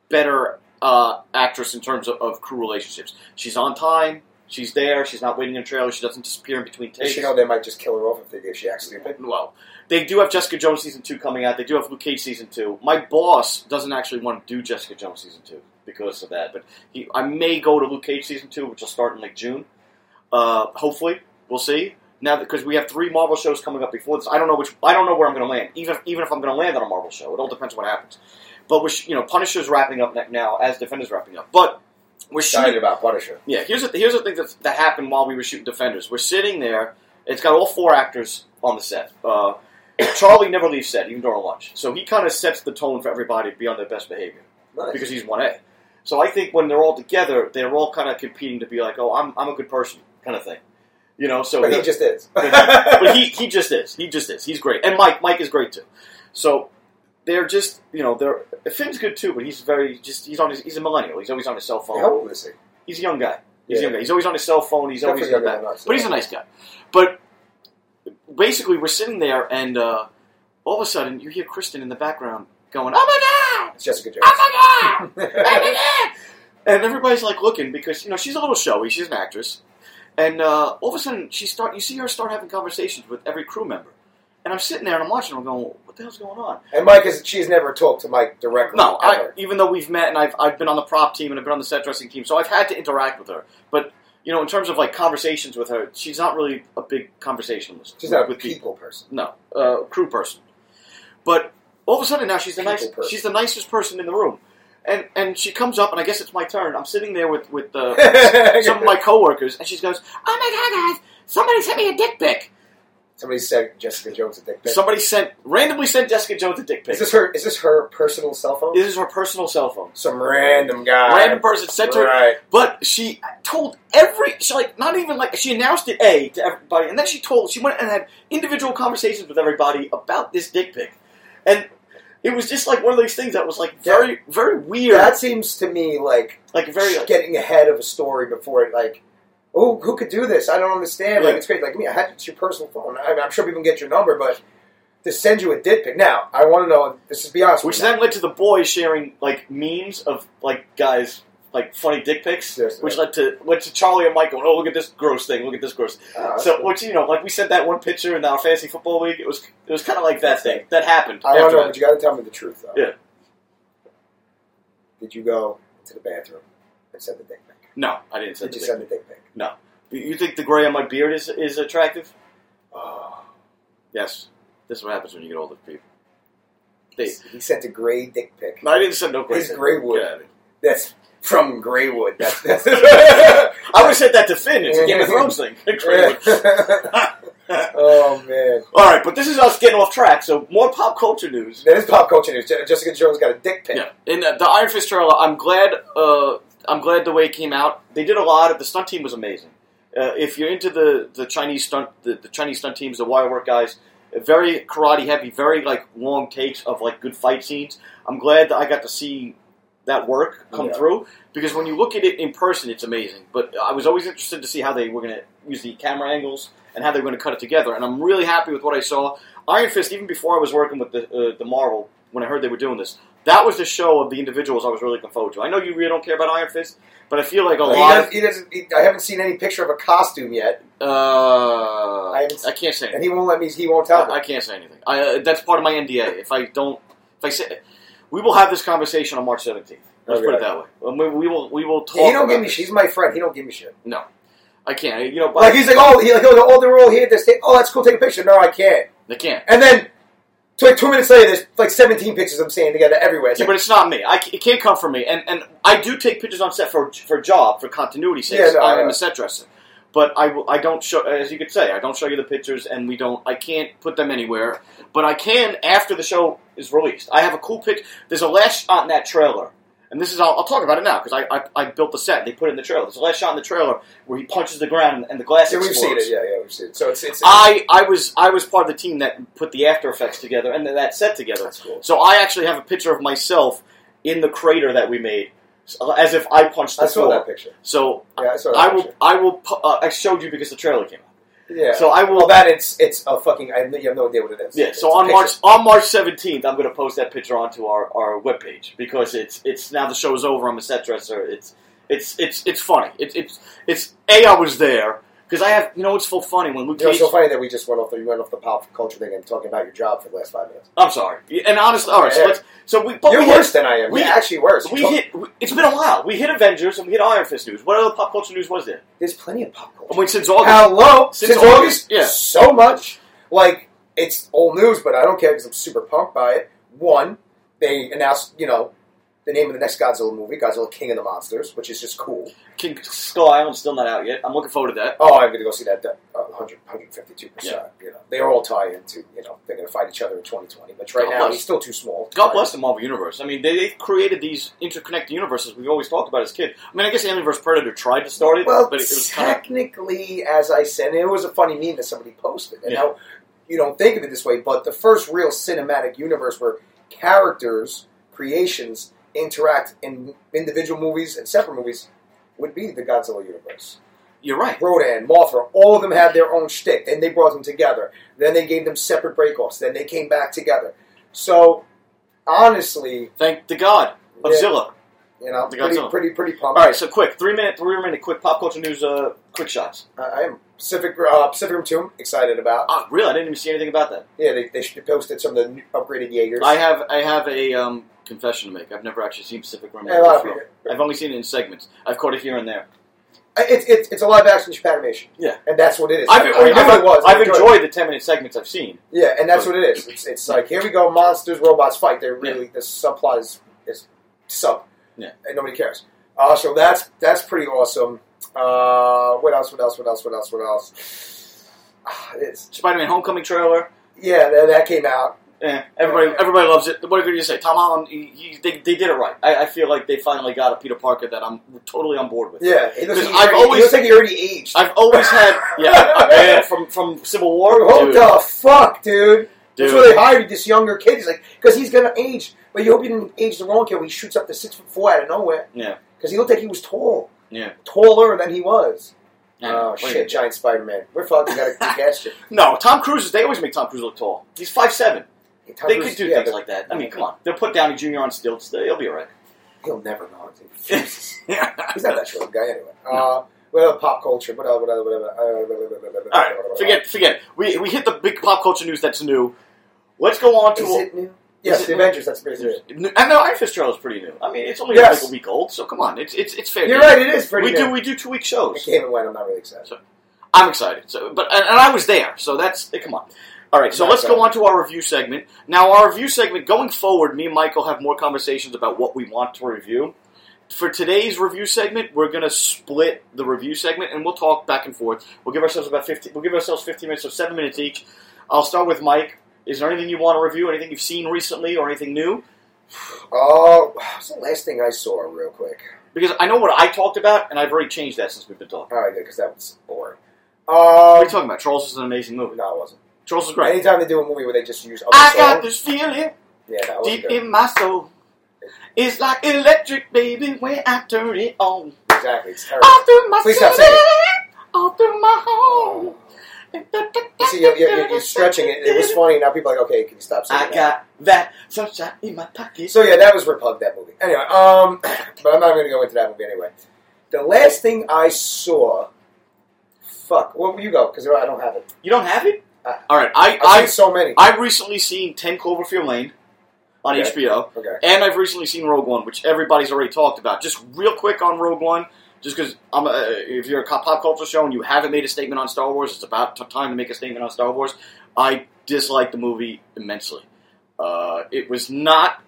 Speaker 2: better uh, actress in terms of, of crew relationships. She's on time. She's there. She's not waiting in a trailer. She doesn't disappear in between
Speaker 3: Does
Speaker 2: takes.
Speaker 3: she know they might just kill her off if they if she actually picked?
Speaker 2: Well, they do have Jessica Jones season two coming out. They do have Luke Cage season two. My boss doesn't actually want to do Jessica Jones season two because of that, but he, I may go to Luke Cage season two, which will start in like June. Uh, hopefully, we'll see. Now, because we have three Marvel shows coming up before this, I don't know which. I don't know where I'm going to land. Even if, even if I'm going to land on a Marvel show, it all depends on what happens. But with you know, Punisher's wrapping up ne- now, as Defender's wrapping up. But we're
Speaker 3: Excited about Punisher.
Speaker 2: yeah, here's the, here's the thing that, that happened while we were shooting Defenders. We're sitting there. It's got all four actors on the set. Uh, Charlie never leaves set, even during lunch. So he kind of sets the tone for everybody to be on their best behavior
Speaker 3: Nice.
Speaker 2: because he's 1A. So I think when they're all together, they're all kind of competing to be like, oh, I'm, I'm a good person kind of thing. You know, so
Speaker 3: but he
Speaker 2: the-
Speaker 3: just is.
Speaker 2: but he, he just is. He just is. He's great. And Mike, Mike is great too. So they're just, you know, they're Finn's good too, but he's very just he's on his he's a millennial. He's always on his cell phone.
Speaker 3: How old is he?
Speaker 2: He's a young guy. He's a
Speaker 3: Yeah.
Speaker 2: young guy. He's always on his cell phone. He's always
Speaker 3: Definitely
Speaker 2: in
Speaker 3: younger
Speaker 2: that.
Speaker 3: than us,
Speaker 2: But he's a
Speaker 3: yeah.
Speaker 2: nice guy. But basically, we're sitting there, and uh, all of a sudden, you hear Kristen in the background going, "Oh my god,
Speaker 3: It's Jessica Jones.
Speaker 2: oh my god, oh my god!" and everybody's like looking because you know she's a little showy. She's an actress, and uh, all of a sudden, she start you see her start having conversations with every crew member. And I'm sitting there and I'm watching. and I'm going, "What the hell's going on?"
Speaker 3: And Mike is she's never talked to Mike directly.
Speaker 2: No, I,
Speaker 3: ever.
Speaker 2: even though we've met and I've, I've been on the prop team and I've been on the set dressing team, so I've had to interact with her. But you know, in terms of like conversations with her, she's not really a big conversationalist.
Speaker 3: she's not a
Speaker 2: with
Speaker 3: people person.
Speaker 2: No, uh, crew person. But all of a sudden now she's the
Speaker 3: People
Speaker 2: nice,
Speaker 3: person.
Speaker 2: she's the nicest person in the room, and and she comes up and I guess it's my turn. I'm sitting there with with uh, some of my coworkers, and she goes, "Oh my god, guys, somebody sent me a dick pic.
Speaker 3: Somebody said Jessica Jones a dick pic.
Speaker 2: Somebody sent randomly sent Jessica Jones a dick pic.
Speaker 3: is this her? Is this her personal cell phone?
Speaker 2: this is her personal cell phone."
Speaker 3: some random guy.
Speaker 2: random person sent her.
Speaker 3: Right.
Speaker 2: But she told every she like not even like she announced it a to everybody, and then she told she went and had individual conversations with everybody about this dick pic, and it was just like one of those things that was like very very weird.
Speaker 3: That seems to me like
Speaker 2: like very
Speaker 3: getting ahead of a story before it. Like, oh, who could do this? I don't understand. Like,
Speaker 2: Yeah.
Speaker 3: it's great. Like me, I had it's your personal phone. I mean, I'm sure people can get your number, but to send you a dick pic. Now, I want to know. This is be honest.
Speaker 2: which
Speaker 3: with you.
Speaker 2: then led to the boys sharing like memes of like guys. Like funny dick pics,
Speaker 3: Yes,
Speaker 2: which
Speaker 3: yeah.
Speaker 2: led to led to Charlie and Mike going, "Oh, look at this gross thing! Look at this gross."
Speaker 3: Ah, that's
Speaker 2: so,
Speaker 3: cool.
Speaker 2: which you know, like we sent that one picture in our fantasy football league. It was it was kind of like that thing that happened.
Speaker 3: I want
Speaker 2: after
Speaker 3: to know,
Speaker 2: that.
Speaker 3: but you got to tell me the truth though.
Speaker 2: Yeah.
Speaker 3: Did you go to the bathroom and send the dick pic?
Speaker 2: No, I didn't send
Speaker 3: Did you
Speaker 2: the dick
Speaker 3: send the
Speaker 2: pic.
Speaker 3: dick pic?
Speaker 2: No. You- You think the gray on my beard is is attractive? Uh,
Speaker 3: Oh,
Speaker 2: Yes. This is what happens when you get older, people. They,
Speaker 3: he sent a gray dick pic.
Speaker 2: no, I didn't send no gray.
Speaker 3: It's gray wood.
Speaker 2: Get out of here.
Speaker 3: That's from Graywood. That's, that's
Speaker 2: I would have said that to Finn. It's a Game of Thrones thing. Gray wood.
Speaker 3: oh man,
Speaker 2: All right, but this is us getting off track. So more pop culture news.
Speaker 3: that is pop culture news. Je- Jessica Jones got a dick pic.
Speaker 2: Yeah, and uh, the Iron Fist trailer. I'm glad. Uh, I'm glad the way it came out. They did a lot. of The stunt team was amazing. Uh, if you're into the, the Chinese stunt, the, the Chinese stunt teams, the wire work guys, very karate heavy, very like long takes of like good fight scenes. I'm glad that I got to see that work come
Speaker 3: Yeah.
Speaker 2: through because when you look at it in person, it's amazing. But I was always interested to see how they were going to use the camera angles and how they were going to cut it together. And I'm really happy with what I saw. Iron Fist, even before I was working with the uh, the Marvel, when I heard they were doing this, that was the show of the individuals I was really looking forward to. I know you really don't care about Iron Fist, but I feel like a
Speaker 3: He
Speaker 2: lot.
Speaker 3: does- he doesn't. he- I haven't seen any picture of a costume yet,
Speaker 2: Uh,
Speaker 3: I
Speaker 2: I,
Speaker 3: haven't-
Speaker 2: can't say
Speaker 3: and
Speaker 2: anything.
Speaker 3: he won't let me. He won't tell
Speaker 2: I, I
Speaker 3: me.
Speaker 2: can't say anything. I, uh, that's part of my NDA. If I don't, if I say, we will have this conversation on March 17th. Let's put it
Speaker 3: Okay.
Speaker 2: that way. Um, We, we will. We will talk.
Speaker 3: He don't
Speaker 2: about
Speaker 3: give me.
Speaker 2: this.
Speaker 3: He's my friend. He don't give me shit.
Speaker 2: No, I can't. You know, but
Speaker 3: Like he's like, oh, he like, oh, oh, they're all here. This, thing. oh, that's cool. Take a picture. No, I can't.
Speaker 2: I can't.
Speaker 3: And then, t- like two minutes later, there's like 17 pictures I'm seeing together everywhere. It's
Speaker 2: Yeah,
Speaker 3: like,
Speaker 2: but it's not me. I, c- it can't come from me. And and I do take pictures on set for for job for continuity sake.
Speaker 3: Yeah, no,
Speaker 2: I am
Speaker 3: yeah.
Speaker 2: a set dresser, but I will- I don't show as you could say I don't show you the pictures and we don't I can't put them anywhere. But I can after the show is released. I have a cool pic. There's a last shot in that trailer. And this is, I'll, I'll talk about it now because I, I, I built the set. and They put it in the trailer. There's a last shot in the trailer where he punches the ground and the glass
Speaker 3: yeah, we've
Speaker 2: explodes.
Speaker 3: seen it. Yeah, yeah, we've seen it. So it's it's.
Speaker 2: I, I was I was part of the team that put the After Effects together and that set together.
Speaker 3: That's cool.
Speaker 2: So I actually have a picture of myself in the crater that we made, so- as if I punched the
Speaker 3: I saw
Speaker 2: floor.
Speaker 3: that picture.
Speaker 2: So
Speaker 3: Yeah, I saw that
Speaker 2: I will
Speaker 3: picture.
Speaker 2: I will pu- uh, I showed you because the trailer came out.
Speaker 3: Yeah.
Speaker 2: So I will.
Speaker 3: Well, that it's it's a fucking. I have no, you have no idea what it is.
Speaker 2: yeah.
Speaker 3: It's
Speaker 2: So
Speaker 3: a
Speaker 2: on
Speaker 3: picture.
Speaker 2: March on March seventeenth, I'm going to post that picture onto our our webpage because it's it's now the show's over. I'm a set dresser. It's it's it's it's funny. It's it's it's a I was there because I have you know it's full funny when Luke
Speaker 3: You know, it's
Speaker 2: Cage
Speaker 3: so funny that we just went off the you went off the pop culture thing and talking about your job for the last five minutes.
Speaker 2: I'm sorry. And honestly, all right. So,
Speaker 3: Yeah.
Speaker 2: let's, so we. But
Speaker 3: You're
Speaker 2: we
Speaker 3: worse
Speaker 2: hit,
Speaker 3: than I am.
Speaker 2: we-
Speaker 3: You're actually worse.
Speaker 2: We
Speaker 3: You talk-
Speaker 2: hit. We, it's been a while. We hit Avengers and we hit Iron Fist news. What other pop culture news was there?
Speaker 3: There's plenty of pop culture.
Speaker 2: I mean, since August.
Speaker 3: Hello,
Speaker 2: Since
Speaker 3: since,
Speaker 2: August,
Speaker 3: August,
Speaker 2: yeah.
Speaker 3: so much. Like it's old news, but I don't care because I'm super pumped by it. One, they announced, you know, the name of the next Godzilla movie, Godzilla King of the Monsters, which is just cool.
Speaker 2: King Skull Island's still not out yet. I'm looking forward to that.
Speaker 3: Oh, I'm going to go see that. that, Uh, 100, 152
Speaker 2: Yeah.
Speaker 3: percent. You know, they are all tie into. You know, they're going to fight each other in 2020, which right
Speaker 2: God
Speaker 3: now
Speaker 2: bless.
Speaker 3: he's still too small.
Speaker 2: God bless the Marvel Universe. I mean, they, they created these interconnected universes we've always talked about as kids. I mean, I guess Alien vs. Predator tried to start it,
Speaker 3: Well,
Speaker 2: but it, was kind of.
Speaker 3: technically, as I said, and it was a funny meme that somebody posted. And
Speaker 2: Yeah.
Speaker 3: now you don't think of it this way, but the first real cinematic universe where characters, creations interact in individual movies and separate movies would be the Godzilla universe.
Speaker 2: You're right.
Speaker 3: Rodan, Mothra, all of them had their own shtick, and they brought them together. Then they gave them separate breakoffs. Then they came back together. So, honestly,
Speaker 2: Thank the God.
Speaker 3: Yeah.
Speaker 2: Godzilla.
Speaker 3: you know,
Speaker 2: The
Speaker 3: pretty,
Speaker 2: Godzilla.
Speaker 3: pretty, pretty
Speaker 2: All
Speaker 3: pumped.
Speaker 2: right, so quick. Three minute, three minute quick pop culture news, uh, quick shots.
Speaker 3: I I am Pacific, uh, Pacific Rim 2, excited about.
Speaker 2: Ah, really? I didn't even see anything about that.
Speaker 3: Yeah, they, they should have posted some of the new upgraded Jaegers.
Speaker 2: I have I have a um, confession to make. I've never actually seen Pacific Rim.
Speaker 3: Yeah, a lot of
Speaker 2: before.
Speaker 3: people-
Speaker 2: I've only seen it in segments. I've caught it here and there.
Speaker 3: It's it's it's a live action Japanimation.
Speaker 2: Yeah.
Speaker 3: and that's what it is.
Speaker 2: I've,
Speaker 3: I- I
Speaker 2: I've-
Speaker 3: knew
Speaker 2: I've-
Speaker 3: it was. I
Speaker 2: I've
Speaker 3: enjoyed it.
Speaker 2: enjoyed the ten minute segments I've seen.
Speaker 3: Yeah, and that's what it is. It's, it's like here we go, monsters, robots fight. They're really the subplot is, is sub.
Speaker 2: Yeah.
Speaker 3: and nobody cares. Uh, so that's that's pretty awesome. Uh, what else? What else? What else? What else? What else? Ah, It's,
Speaker 2: Spider Man Homecoming trailer.
Speaker 3: yeah, that, that came out.
Speaker 2: Eh, everybody everybody loves it. What are you say? Tom Holland. He, he, they, they did it right. I, I feel like they finally got a Peter Parker that I'm totally on board with.
Speaker 3: Yeah, he looks, like he
Speaker 2: I've
Speaker 3: already-
Speaker 2: always-
Speaker 3: he looks like he already aged.
Speaker 2: I've always had yeah, yeah from from Civil War.
Speaker 3: What
Speaker 2: dude.
Speaker 3: the fuck, dude? That's
Speaker 2: Dude.
Speaker 3: where they hired this younger kid. He's like, because he's gonna age, but you hope you didn't age the wrong kid. When he shoots up to six foot four out of nowhere,
Speaker 2: Yeah,
Speaker 3: because he looked like he was tall,
Speaker 2: yeah.
Speaker 3: taller than he was.
Speaker 2: Yeah.
Speaker 3: Oh
Speaker 2: Wait a
Speaker 3: shit,
Speaker 2: minute.
Speaker 3: giant Spider Man. We're fucked. We gotta we cast you.
Speaker 2: No, Tom Cruise. They always make Tom Cruise look tall. He's five seven.
Speaker 3: Tom
Speaker 2: They
Speaker 3: Cruise-
Speaker 2: could do
Speaker 3: yeah,
Speaker 2: things
Speaker 3: but
Speaker 2: like that. I mean, come on. They'll put Downey Jr. on stilts. They'll be all right.
Speaker 3: He'll never know. He's
Speaker 2: yeah.
Speaker 3: not that short of a guy anyway. Uh, what other pop culture? What other? What other? What other? uh, blah, blah, blah, blah, blah,
Speaker 2: All
Speaker 3: blah,
Speaker 2: right,
Speaker 3: blah, blah, blah.
Speaker 2: forget, forget. We we hit the big pop culture news that's new. Let's go on to
Speaker 3: Is it new? Yes,
Speaker 2: Is
Speaker 3: the
Speaker 2: it-
Speaker 3: Avengers. That's pretty serious.
Speaker 2: And the Iron Fist trial is pretty new. I mean, it's only
Speaker 3: Yes.
Speaker 2: like a week old, so come on, it's it's it's fair.
Speaker 3: You're
Speaker 2: game.
Speaker 3: right. It is pretty.
Speaker 2: we
Speaker 3: good.
Speaker 2: do we do two week
Speaker 3: I
Speaker 2: shows.
Speaker 3: came and went. I'm not really excited.
Speaker 2: So- I'm excited. So, but and, and I was there, so that's eh, come on. All right, so
Speaker 3: Not
Speaker 2: let's
Speaker 3: bad.
Speaker 2: go on to our review segment. Now, our review segment going forward, me and Michael have more conversations about what we want to review. For today's review segment, we're going to split the review segment, and we'll talk back and forth. We'll give ourselves about fifteen. We'll give ourselves fifteen minutes, so seven minutes each. I'll start with Mike. Is there anything you want to review? Anything you've seen recently, or anything new?
Speaker 3: Oh, what's the last thing I saw? Real quick.
Speaker 2: Because I know what I talked about, and I've already changed that since we've been talking.
Speaker 3: All right, good because that was boring.
Speaker 2: What are
Speaker 3: Um,
Speaker 2: you talking about? Trolls is an amazing movie.
Speaker 3: no, it wasn't.
Speaker 2: Trolls is great.
Speaker 3: Anytime they do a movie where they just use other
Speaker 2: I got
Speaker 3: songs,
Speaker 2: this feeling
Speaker 3: yeah, that was
Speaker 2: deep
Speaker 3: good.
Speaker 2: in my soul. It's like electric, baby, when I turn it on.
Speaker 3: exactly. It's terrible.
Speaker 2: All through my
Speaker 3: Please stop
Speaker 2: city,
Speaker 3: singing.
Speaker 2: all through my home.
Speaker 3: You see, you're, you're, you're stretching it. It was funny. Now people are like, okay, can you stop? saying
Speaker 2: I
Speaker 3: that?
Speaker 2: got that sunshine in my pocket.
Speaker 3: So yeah, that was Repug that movie. Anyway, um, but I'm not going to go into that movie anyway. The last thing I saw, fuck. Well, you go because I don't have it.
Speaker 2: you don't have it?
Speaker 3: I-
Speaker 2: All right, I
Speaker 3: I've seen
Speaker 2: I
Speaker 3: so many.
Speaker 2: I've recently seen Ten Cloverfield Lane on
Speaker 3: Okay.
Speaker 2: HBO.
Speaker 3: okay.
Speaker 2: And I've recently seen Rogue One, which everybody's already talked about. Just real quick on Rogue One, just because I'm, uh, if you're a co- pop culture show and you haven't made a statement on Star Wars, it's about t- time to make a statement on Star Wars. I disliked the movie immensely. Uh, it was not.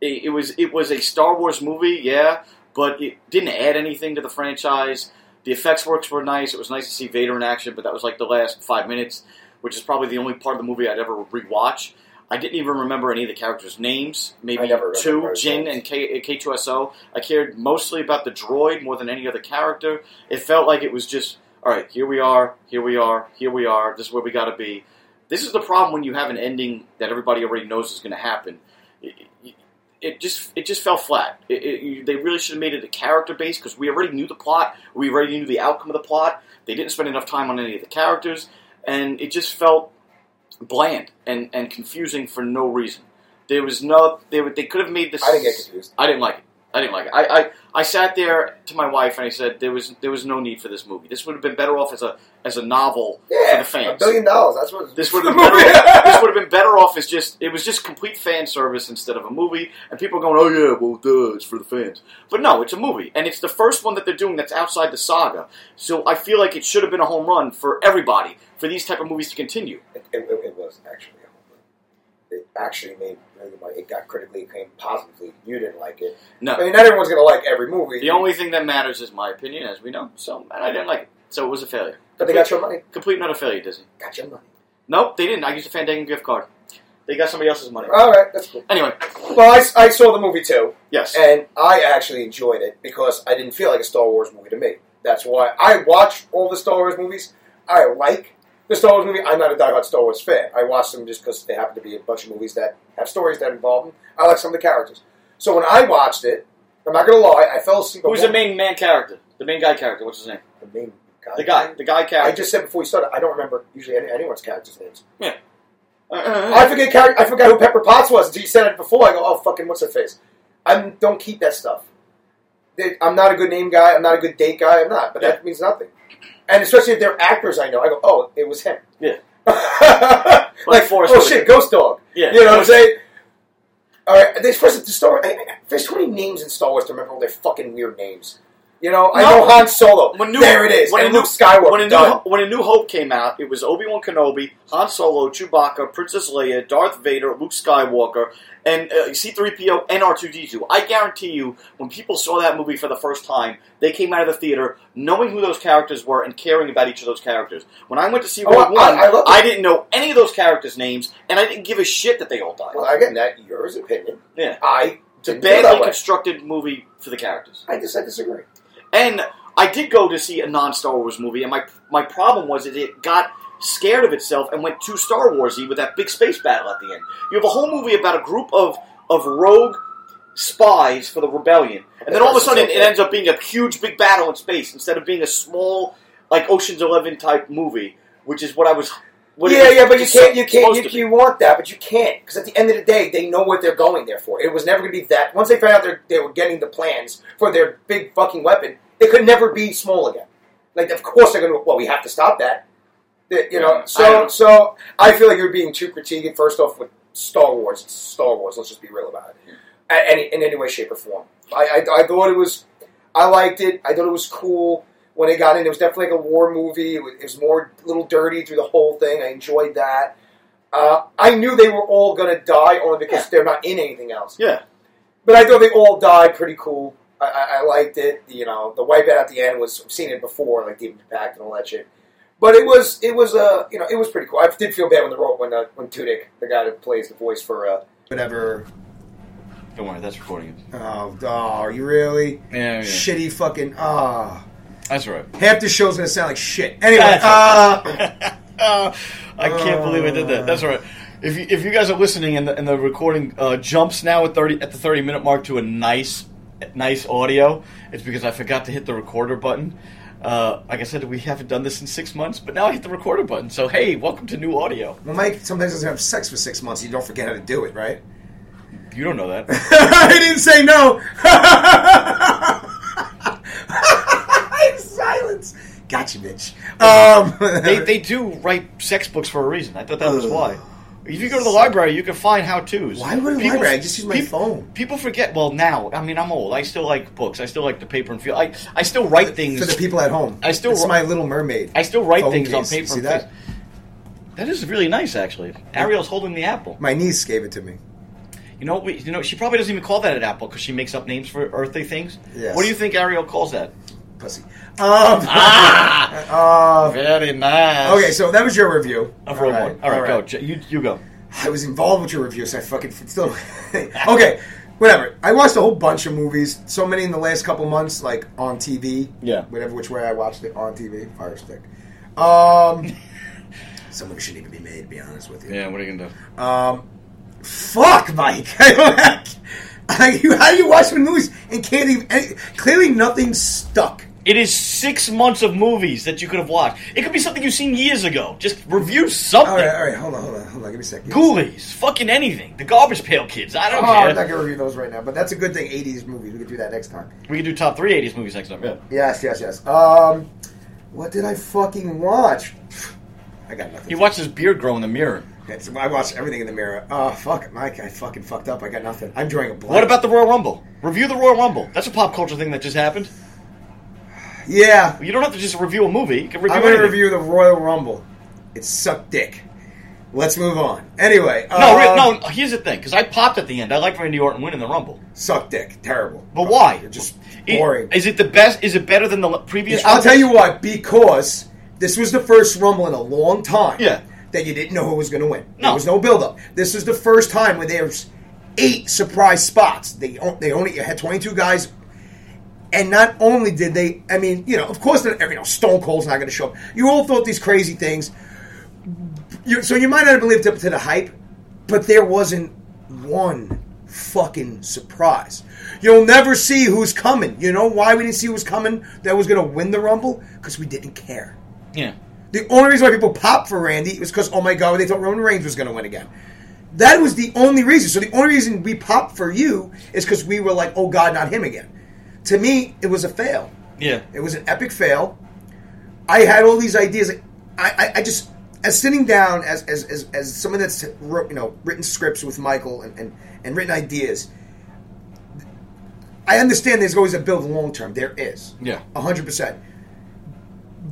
Speaker 2: It, it was it was a Star Wars movie, yeah, but it didn't add anything to the franchise. The effects works were nice. It was nice to see Vader in action, but that was like the last five minutes, which is probably the only part of the movie I'd ever rewatch. I didn't even remember any of the characters' names. Maybe
Speaker 3: I never
Speaker 2: two,
Speaker 3: remember his
Speaker 2: Jin
Speaker 3: names.
Speaker 2: and K, K2SO. I cared mostly about the droid more than any other character. It felt like it was just, all right, here we are, here we are, here we are. This is where we got to be. This is the problem when you have an ending that everybody already knows is going to happen. It- it- it just it just fell flat. It, it, you- they really should have made it a character base because we already knew the plot. We already knew the outcome of the plot. They didn't spend enough time on any of the characters, and it just felt bland and, and confusing for no reason. There was no they were, they could have made this.
Speaker 3: I didn't get confused.
Speaker 2: I didn't like it. I didn't like it. I, I, I sat there to my wife and I said there was there was no need for this movie. This would have been better off as a as a novel for
Speaker 3: Yeah,
Speaker 2: the fans.
Speaker 3: a billion dollars. That's what
Speaker 2: This would have been better off, this would have been better off as just it was just complete fan service instead of a movie. And people are going, oh yeah, well duh, it's for the fans. But no, it's a movie, and it's the first one that they're doing that's outside the saga. So I feel like it should have been a home run for everybody for these type of movies to continue.
Speaker 3: It, it, it- it was actually a home run. It actually made really money. It got critically acclaimed positively. You didn't like it. I
Speaker 2: No,
Speaker 3: mean, not everyone's going to like every movie.
Speaker 2: the only thing that matters is my opinion, as we know. So and I didn't like it, so it was a failure.
Speaker 3: but they got your money.
Speaker 2: Complete and utter failure, Disney.
Speaker 3: Got your money.
Speaker 2: Nope, they didn't. I used a Fandango gift card. They got somebody else's money.
Speaker 3: All right, that's cool.
Speaker 2: Anyway,
Speaker 3: Well, I, s- I saw the movie too.
Speaker 2: yes.
Speaker 3: And I actually enjoyed it because I didn't feel like a Star Wars movie to me. That's why I watch all the Star Wars movies. I like the Star Wars movie. I'm not a diehard Star Wars fan. I watch them just because they happen to be a bunch of movies that have stories that involve them. I like some of the characters. So when I watched it, I'm not going to lie, I fell asleep. on
Speaker 2: Who's
Speaker 3: one-
Speaker 2: the main man character? The main guy character. What's his name?
Speaker 3: the main guy?
Speaker 2: The guy. The guy
Speaker 3: I
Speaker 2: character.
Speaker 3: just said before we started, I don't remember usually any, anyone's characters' names.
Speaker 2: Uh, uh, uh.
Speaker 3: I forget char- I forgot who Pepper Potts was until you said it before. I go, oh fucking, what's her face? I don't keep that stuff. They- I'm not a good name guy. I'm not a good date guy. I'm not, but that means nothing. And especially if they're actors, I know. I go, oh, it was him.
Speaker 2: Yeah.
Speaker 3: like,
Speaker 2: Forrest
Speaker 3: oh
Speaker 2: Whitaker.
Speaker 3: shit, Ghost Dog.
Speaker 2: Yeah.
Speaker 3: you know what I'm saying. All right, there's first the Star. I- I- There's so many names in Star Wars to remember all their fucking weird names. You know, I
Speaker 2: No.
Speaker 3: know Han Solo.
Speaker 2: When New-
Speaker 3: there it is.
Speaker 2: when
Speaker 3: and
Speaker 2: a new-
Speaker 3: Luke Skywalker.
Speaker 2: When a,
Speaker 3: done.
Speaker 2: new, when a New Hope came out, it was Obi Wan Kenobi, Han Solo, Chewbacca, Princess Leia, Darth Vader, Luke Skywalker, and uh, C3PO and R2D2. I guarantee you, when people saw that movie for the first time, they came out of the theater knowing who those characters were and caring about each of those characters. When I went to see
Speaker 3: Oh,
Speaker 2: Rogue
Speaker 3: I-
Speaker 2: One,
Speaker 3: I love it.
Speaker 2: didn't know any of those characters' names, and I didn't give a shit that they all died.
Speaker 3: Well, again, that yours opinion.
Speaker 2: Yeah.
Speaker 3: I
Speaker 2: it's a
Speaker 3: didn't feel that
Speaker 2: badly
Speaker 3: way.
Speaker 2: constructed movie for the characters.
Speaker 3: I just I disagree.
Speaker 2: And I did go to see a non Star Wars movie, and my my problem was that it got scared of itself and went too Star Warsy with that big space battle at the end. You have a whole movie about a group of of rogue spies for the rebellion, and then all of a sudden it ends up being a huge big battle in space instead of being a small like Ocean's Eleven type movie, which is what I was. What it
Speaker 3: yeah,
Speaker 2: was
Speaker 3: yeah, but you can't, you can't,
Speaker 2: supposed
Speaker 3: you,
Speaker 2: to be.
Speaker 3: you want that, but you can't because at the end of the day, they know what they're going there for. It was never going to be that. Once they found out they're- they were getting the plans for their big fucking weapon, it could never be small again. Like, of course they're going to. Well, we have to stop that. That, you know,
Speaker 2: I don't
Speaker 3: so
Speaker 2: know.
Speaker 3: so I feel like you're being too critiqued. First off, with Star Wars. It's Star Wars. Let's just be real about it. A- Any in any way, shape, or form. I, I I thought it was. I liked it. I thought it was cool when it got in. It was definitely like a war movie. It was, it was more a little dirty through the whole thing. I enjoyed that. Uh, I knew they were all gonna die only because
Speaker 4: Yeah.
Speaker 3: they're not in anything else.
Speaker 4: Yeah.
Speaker 3: But I thought they all died pretty cool. I, I, I liked it. You know, the wipeout at the end was I've seen it before, like Deep Impact and all that shit. But it was it was uh, you know it was pretty cool. I did feel bad when the role when uh, when Tudyk, the guy that plays the voice for uh, whatever.
Speaker 2: Don't worry, that's recording it.
Speaker 3: Oh, oh, are you really
Speaker 2: Yeah, yeah.
Speaker 3: shitty fucking ah?
Speaker 2: That's all right.
Speaker 3: half the show's gonna sound like shit. Anyway,
Speaker 2: That's
Speaker 3: uh,
Speaker 2: Oh, I can't believe I did that. That's all right. If you, if you guys are listening and the, and the recording uh, jumps now at thirty at the thirty minute mark to a nice nice audio, it's because I forgot to hit the recorder button. Uh, like I said, we haven't done this in six months, but now I hit the recorder button. So hey, welcome to new audio.
Speaker 3: well, Mike sometimes doesn't have sex for six months. You don't forget how to do it, right?
Speaker 2: You don't know that.
Speaker 3: I didn't say no. Silence. Gotcha, bitch. Um,
Speaker 2: they, they do write sex books for a reason. I thought that was why. If you go to the library, you can find how tos.
Speaker 3: Why would a library? I just use my phone.
Speaker 2: People forget. Well, now I mean, I'm old. I still like books. I still like the paper and feel. I I still write things
Speaker 3: for the people at home,
Speaker 2: I still-
Speaker 3: it's my Little Mermaid.
Speaker 2: I still write
Speaker 3: phone
Speaker 2: things on
Speaker 3: case. You
Speaker 2: paper.
Speaker 3: See
Speaker 2: and
Speaker 3: that?
Speaker 2: face- That is really nice, actually. Ariel's holding the apple.
Speaker 3: My niece gave it to me.
Speaker 2: You know, we, you know, she probably doesn't even call that an apple because she makes up names for earthly things.
Speaker 3: Yes.
Speaker 2: What do you think Ariel calls that?
Speaker 3: Pussy. Um,
Speaker 2: Ah!
Speaker 3: uh,
Speaker 2: Very nice.
Speaker 3: okay, so that was your review.
Speaker 2: of Rogue One. All right,
Speaker 3: all
Speaker 2: go. J- You you go.
Speaker 3: I was involved with your review, so I fucking still. okay, whatever. I watched a whole bunch of movies, so many in the last couple months, like on TV.
Speaker 2: Yeah.
Speaker 3: Whatever, which way I watched it on TV, Fire Stick. Um, someone shouldn't even be made, to be honest with you. Um,
Speaker 2: Yeah. What are you gonna do?
Speaker 3: Fuck, Mike. I don't like- Like, you- how do you watch the movies and can't even? and clearly, nothing stuck.
Speaker 2: It is six months of movies that you could have watched. It could be something you've seen years ago. Just review something.
Speaker 3: All right, all right. Hold on, hold on, hold on. Give me a second.
Speaker 2: Ghoulies, fucking anything. The Garbage Pail Kids. I
Speaker 3: Oh,
Speaker 2: don't
Speaker 3: I'm
Speaker 2: care.
Speaker 3: not gonna review those right now, but that's a good thing. '80s movies. We can do that next time.
Speaker 2: we can do top three '80s movies next time. Yeah.
Speaker 3: Yes, yes, yes. Um, what did I fucking watch? I got nothing.
Speaker 2: You watch his beard grow in the mirror.
Speaker 3: That's- I watched everything in the mirror. Oh fuck, Mike! I fucking fucked up. I got nothing. I'm drawing a blank.
Speaker 2: What about the Royal Rumble? Review the Royal Rumble. That's a pop culture thing that just happened.
Speaker 3: Yeah,
Speaker 2: You don't have to just review a movie. You can review
Speaker 3: I'm gonna
Speaker 2: anything.
Speaker 3: review the Royal Rumble. It sucked dick. Let's move on. Anyway,
Speaker 2: No, re-
Speaker 3: um,
Speaker 2: no. Here's the thing, because I popped at the end. I like Randy Orton winning the Rumble,
Speaker 3: sucked dick. Terrible.
Speaker 2: but why?
Speaker 3: Oh, You're just
Speaker 2: It-
Speaker 3: boring.
Speaker 2: Is it the best? Is it better than the l- previous?
Speaker 3: I'll
Speaker 2: Rumble?
Speaker 3: tell you what, because this was the first Rumble in a long time
Speaker 2: Yeah.
Speaker 3: that you didn't know who was going to win.
Speaker 2: No.
Speaker 3: There was no build-up. This is the first time where there's eight surprise spots. They on- they only had 22 guys. And not only did they, I mean, you know, of course, they're- you know, Stone Cold's not going to show up. You all thought these crazy things. You, so you might not have lived up to the hype, but there wasn't one fucking surprise. You'll never see who's coming. You know why we didn't see who was coming that was going to win the Rumble? Because we didn't care.
Speaker 2: Yeah.
Speaker 3: The only reason why people popped for Randy was because, oh my God, they thought Roman Reigns was going to win again. That was the only reason. So the only reason we popped for you is because we were like, oh God, not him again. To me, it was a fail.
Speaker 2: Yeah.
Speaker 3: It was an epic fail. I had all these ideas. I, I, I just as sitting down as as, as, as someone that's wrote, you know written scripts with Michael and, and, and written ideas. I understand there's always a build long term. There is,
Speaker 2: Yeah.
Speaker 3: hundred percent.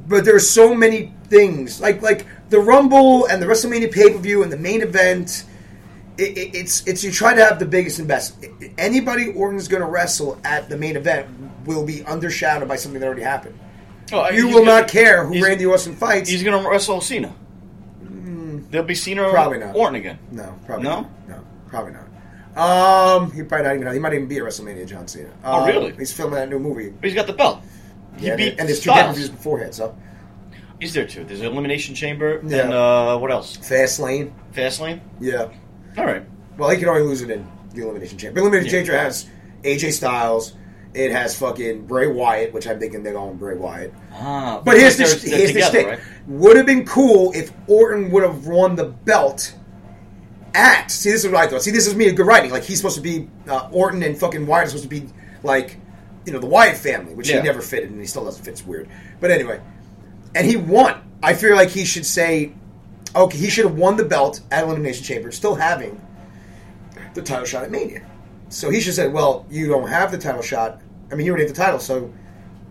Speaker 3: But there are so many things like like the Rumble and the WrestleMania pay per view and the main event. It, it, it's it's you try to have the biggest and best. Anybody Orton's going to wrestle at the main event will be undershadowed by something that already happened.
Speaker 2: Oh,
Speaker 3: You
Speaker 2: he's
Speaker 3: will
Speaker 2: gonna-
Speaker 3: not care who
Speaker 2: he's-
Speaker 3: Randy Orton fights.
Speaker 2: He's gonna wrestle Cena. There'll be Cena or
Speaker 3: Probably not.
Speaker 2: Orton again.
Speaker 3: No, probably
Speaker 2: No?
Speaker 3: not. No, probably not. Um, he probably not even. He might even be at WrestleMania, John Cena.
Speaker 2: Oh,
Speaker 3: Um,
Speaker 2: really?
Speaker 3: He's filming that new movie.
Speaker 2: But he's got the belt. He
Speaker 3: Yeah,
Speaker 2: beat
Speaker 3: and there's two
Speaker 2: Styles.
Speaker 3: pay-per-views beforehand. So
Speaker 2: Is there two? There's Elimination Chamber
Speaker 3: Yeah.
Speaker 2: and uh, what else?
Speaker 3: Fastlane.
Speaker 2: Fastlane.
Speaker 3: Yeah.
Speaker 2: All right.
Speaker 3: Well, he can only lose it in the Elimination Chamber. Elimination
Speaker 2: Yeah.
Speaker 3: Chamber has AJ Styles. It has fucking Bray Wyatt, which I'm thinking they're going Bray Wyatt.
Speaker 2: Ah,
Speaker 3: But here's the
Speaker 2: they're-
Speaker 3: sh-
Speaker 2: they're
Speaker 3: here's the
Speaker 2: together,
Speaker 3: stick.
Speaker 2: right?
Speaker 3: Would have been cool if Orton would have won the belt at. See, this is what I thought. See, this is me good writing. Like he's supposed to be uh, Orton and fucking Wyatt is supposed to be like you know the Wyatt family, which
Speaker 2: Yeah.
Speaker 3: he never fitted and he still doesn't fit. It's weird. But anyway, and he won. I feel like he should say, okay, he should have won the belt at Elimination Chamber, still having the title shot at Mania. So he should have said, "Well, you don't have the title shot. I mean, you already have the title, so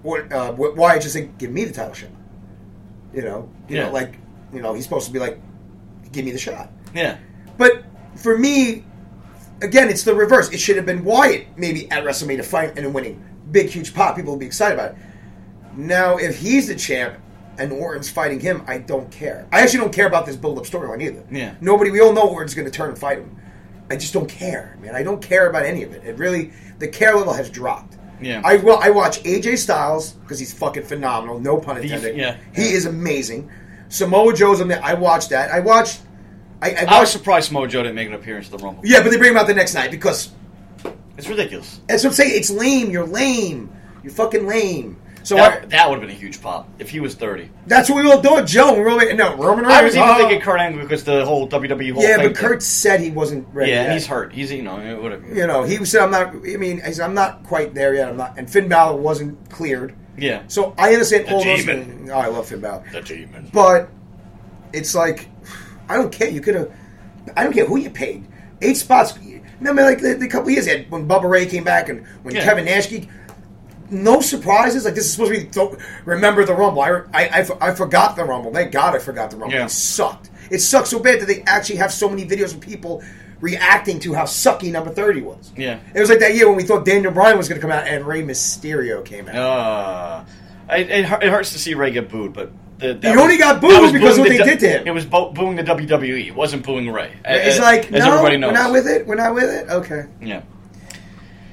Speaker 3: what, uh, wh- why just say, give me the title shot? You know, you
Speaker 2: Yeah.
Speaker 3: know, like you know, he's supposed to be like, give me the shot.
Speaker 2: Yeah.
Speaker 3: But for me, again, it's the reverse. It should have been Wyatt maybe at WrestleMania fight and winning big, huge pop. People will be excited about it. Now, if he's the champ and Orton's fighting him, I don't care. I actually don't care about this build-up storyline either.
Speaker 2: Yeah.
Speaker 3: Nobody. We all know Orton's going to turn and fight him. I just don't care, man. I don't care about any of it. It really, the care level has dropped.
Speaker 2: Yeah.
Speaker 3: I will. I watch AJ Styles because he's fucking phenomenal. No pun intended.
Speaker 2: yeah.
Speaker 3: He is amazing. Samoa Joe's on there. I watched that. I watched. I, I watched.
Speaker 2: I was surprised Mojo didn't make an appearance at the Rumble.
Speaker 3: Yeah, but they bring him out the next night because
Speaker 2: It's ridiculous.
Speaker 3: that's what I'm saying. It's lame. You're lame. You're fucking lame. So I,
Speaker 2: That, that would have been a huge pop if he was 30.
Speaker 3: that's what we all do, Joe. We were all like, no Roman Reigns.
Speaker 2: I was even
Speaker 3: oh.
Speaker 2: thinking Kurt Angle because the whole WWE whole
Speaker 3: yeah,
Speaker 2: thing
Speaker 3: but
Speaker 2: thing.
Speaker 3: Kurt said he wasn't ready.
Speaker 2: Yeah,
Speaker 3: yet.
Speaker 2: and he's hurt. He's, you know, whatever.
Speaker 3: You know, he said I'm not. I mean, he said, I'm not quite there yet. I'm not. And Finn Balor wasn't cleared.
Speaker 2: Yeah.
Speaker 3: So I understand
Speaker 2: The
Speaker 3: all those.
Speaker 2: demon.
Speaker 3: things. Oh, I love Finn Balor.
Speaker 2: The demon.
Speaker 3: But it's like, I don't care. You could have. I don't care who you paid. Eight spots. Remember, like the, the couple years they had, when Bubba Ray came back and when
Speaker 2: Yeah.
Speaker 3: Kevin Nash. came- No surprises. Like this is supposed to be. Don't, remember the Rumble. I, I, I, for- I forgot the Rumble. Thank God I forgot the Rumble.
Speaker 2: Yeah.
Speaker 3: It sucked. It sucked so bad that they actually have so many videos of people reacting to how sucky number thirty was.
Speaker 2: Yeah.
Speaker 3: It was like that year when we thought Daniel Bryan was going to come out and Rey Mysterio came out.
Speaker 2: Uh, it, it, hurt- it hurts to see Ray get booed, but the, that
Speaker 3: He only got booed
Speaker 2: that was
Speaker 3: because of
Speaker 2: booing
Speaker 3: what
Speaker 2: the
Speaker 3: they did to him.
Speaker 2: It was bo- booing the WWE. It wasn't booing Ray.
Speaker 3: it's
Speaker 2: Uh,
Speaker 3: like
Speaker 2: as
Speaker 3: no,
Speaker 2: everybody knows.
Speaker 3: we're not with it. We're not with it. Okay.
Speaker 2: Yeah.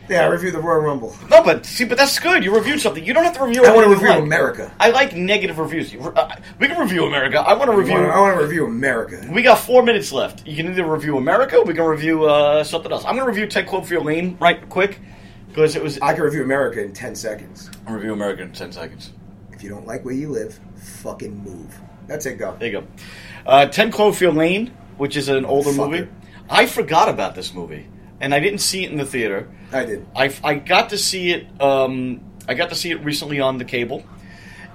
Speaker 3: Yeah, review the Royal Rumble.
Speaker 2: No, but see, but that's good. You reviewed something. You don't have to review.
Speaker 3: I wanna
Speaker 2: everything you
Speaker 3: review
Speaker 2: like.
Speaker 3: America.
Speaker 2: I like negative reviews. You, re- uh, we can review America. I want to
Speaker 3: I
Speaker 2: review.
Speaker 3: wanna- I want to review America.
Speaker 2: we got four minutes left. You can either review America. or We can review uh, something else. I'm going to review Ted Cloverfield Lane right quick because it was.
Speaker 3: I can review America in 10 seconds.
Speaker 2: review America in ten seconds.
Speaker 3: If you don't like where you live, fucking move. That's it, go.
Speaker 2: There you go. Uh, Ten Cloverfield Lane, which is an older
Speaker 3: Fucker.
Speaker 2: movie. I forgot about this movie, and I didn't see it in the theater.
Speaker 3: I did.
Speaker 2: I, I got to see it. Um, I got to see it recently on the cable,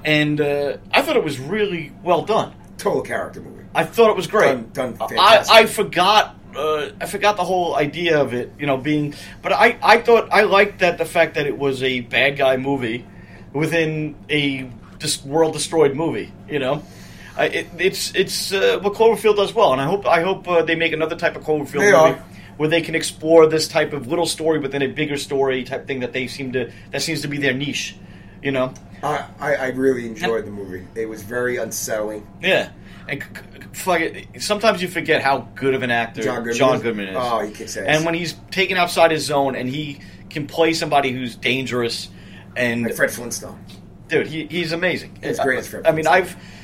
Speaker 2: and uh, I thought it was really well done.
Speaker 3: Total character movie.
Speaker 2: I thought it was great.
Speaker 3: Done- done
Speaker 2: I,
Speaker 3: fantastic.
Speaker 2: I forgot. Uh, I forgot the whole idea of it, you know, being. But I, I thought I liked that the fact that it was a bad guy movie within a dis- world destroyed movie, you know. I, it, it's it's uh, what Cloverfield does well, and I hope I hope uh, they make another type of Cloverfield
Speaker 3: They
Speaker 2: movie
Speaker 3: are.
Speaker 2: where they can explore this type of little story within a bigger story type thing that they seem to that seems to be their niche, you know.
Speaker 3: I, I, I really enjoyed the movie. It was very unsettling.
Speaker 2: Yeah, and c- c- fuck it. Sometimes you forget how good of an actor
Speaker 3: John Goodman is-
Speaker 2: is.
Speaker 3: Oh, he kicks ass.
Speaker 2: And when he's taken outside his zone, and he can play somebody who's dangerous, and
Speaker 3: Like Fred Flintstone.
Speaker 2: dude, he, he's amazing.
Speaker 3: He's great as Fred
Speaker 2: I, I mean, I've
Speaker 3: Flintstone.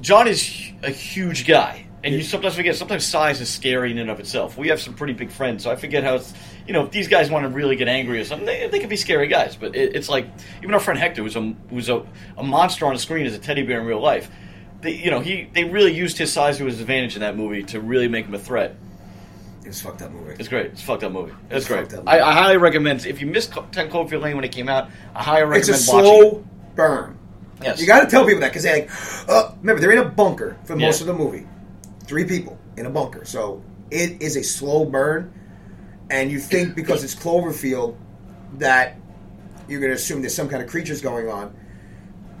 Speaker 2: John is hu- a huge guy, and you sometimes forget. Sometimes size is scary in and of itself. We have some pretty big friends, so I forget how. It's, you know, if these guys want to really get angry or something, they, they can be scary guys. But it, it's like even our friend Hector was a was a, a monster on the screen as a teddy bear in real life. They, you know, he they really used his size to his advantage in that movie to really make him a threat.
Speaker 3: It was a fucked up movie.
Speaker 2: It's great. It's a fucked up movie. It's,
Speaker 3: It's
Speaker 2: great.
Speaker 3: fucked up
Speaker 2: I,
Speaker 3: movie.
Speaker 2: I highly recommend if you missed Co- Ten Cloverfield Lane when it came out, I highly recommend
Speaker 3: It's a
Speaker 2: watching.
Speaker 3: slow burn.
Speaker 2: Yes.
Speaker 3: You got to tell people that because they're like, uh, remember, they're in a bunker for most of
Speaker 2: Yeah.
Speaker 3: the movie. Three people in a bunker. So it is a slow burn. And you think because it's Cloverfield that you're going to assume there's some kind of creatures going on,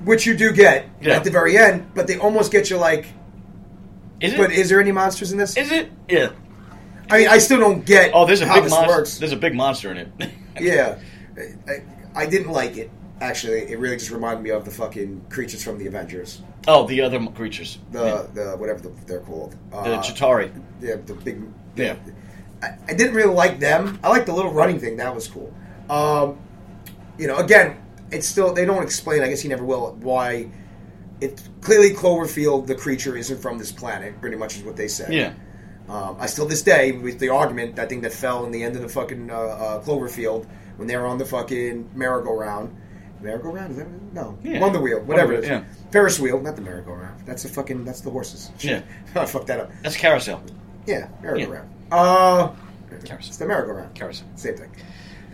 Speaker 3: which you do get
Speaker 2: Yeah.
Speaker 3: at the very end, but they almost get you like,
Speaker 2: Is it?
Speaker 3: but is there any monsters in this?
Speaker 2: Is it? Yeah.
Speaker 3: I mean, I still don't get
Speaker 2: Oh, there's a
Speaker 3: how
Speaker 2: big
Speaker 3: this
Speaker 2: monster.
Speaker 3: works.
Speaker 2: There's a big monster in it.
Speaker 3: Yeah. I, I didn't like it, actually. It really just reminded me of the fucking creatures from the Avengers.
Speaker 2: oh, the other m- creatures.
Speaker 3: the the whatever the, they're called. Uh,
Speaker 2: the Chitari.
Speaker 3: Yeah, the big.
Speaker 2: Yeah.
Speaker 3: I, I didn't really like them. I liked the little running thing. That was cool. Um, you know, again, it's still they don't explain. I guess he never will why. It clearly Cloverfield, the creature isn't from this planet. Pretty much is what they said.
Speaker 2: Yeah.
Speaker 3: Um, I still, this day, with the argument, that thing that fell in the end of the fucking uh, uh, Cloverfield when they were on the fucking merry-go-round. Merry-go-round? Is that what it is? No.
Speaker 2: Yeah.
Speaker 3: Wonder wheel, whatever
Speaker 2: Wonder
Speaker 3: it is.
Speaker 2: wheel,
Speaker 3: Ferris wheel, not the merry-go-round. That's the fucking, that's the horses.
Speaker 2: Yeah.
Speaker 3: I fucked that up.
Speaker 2: That's Carousel.
Speaker 3: Yeah, merry-go-round. Uh, it's
Speaker 2: Carousel.
Speaker 3: the merry-go-round.
Speaker 2: Carousel.
Speaker 3: Same thing.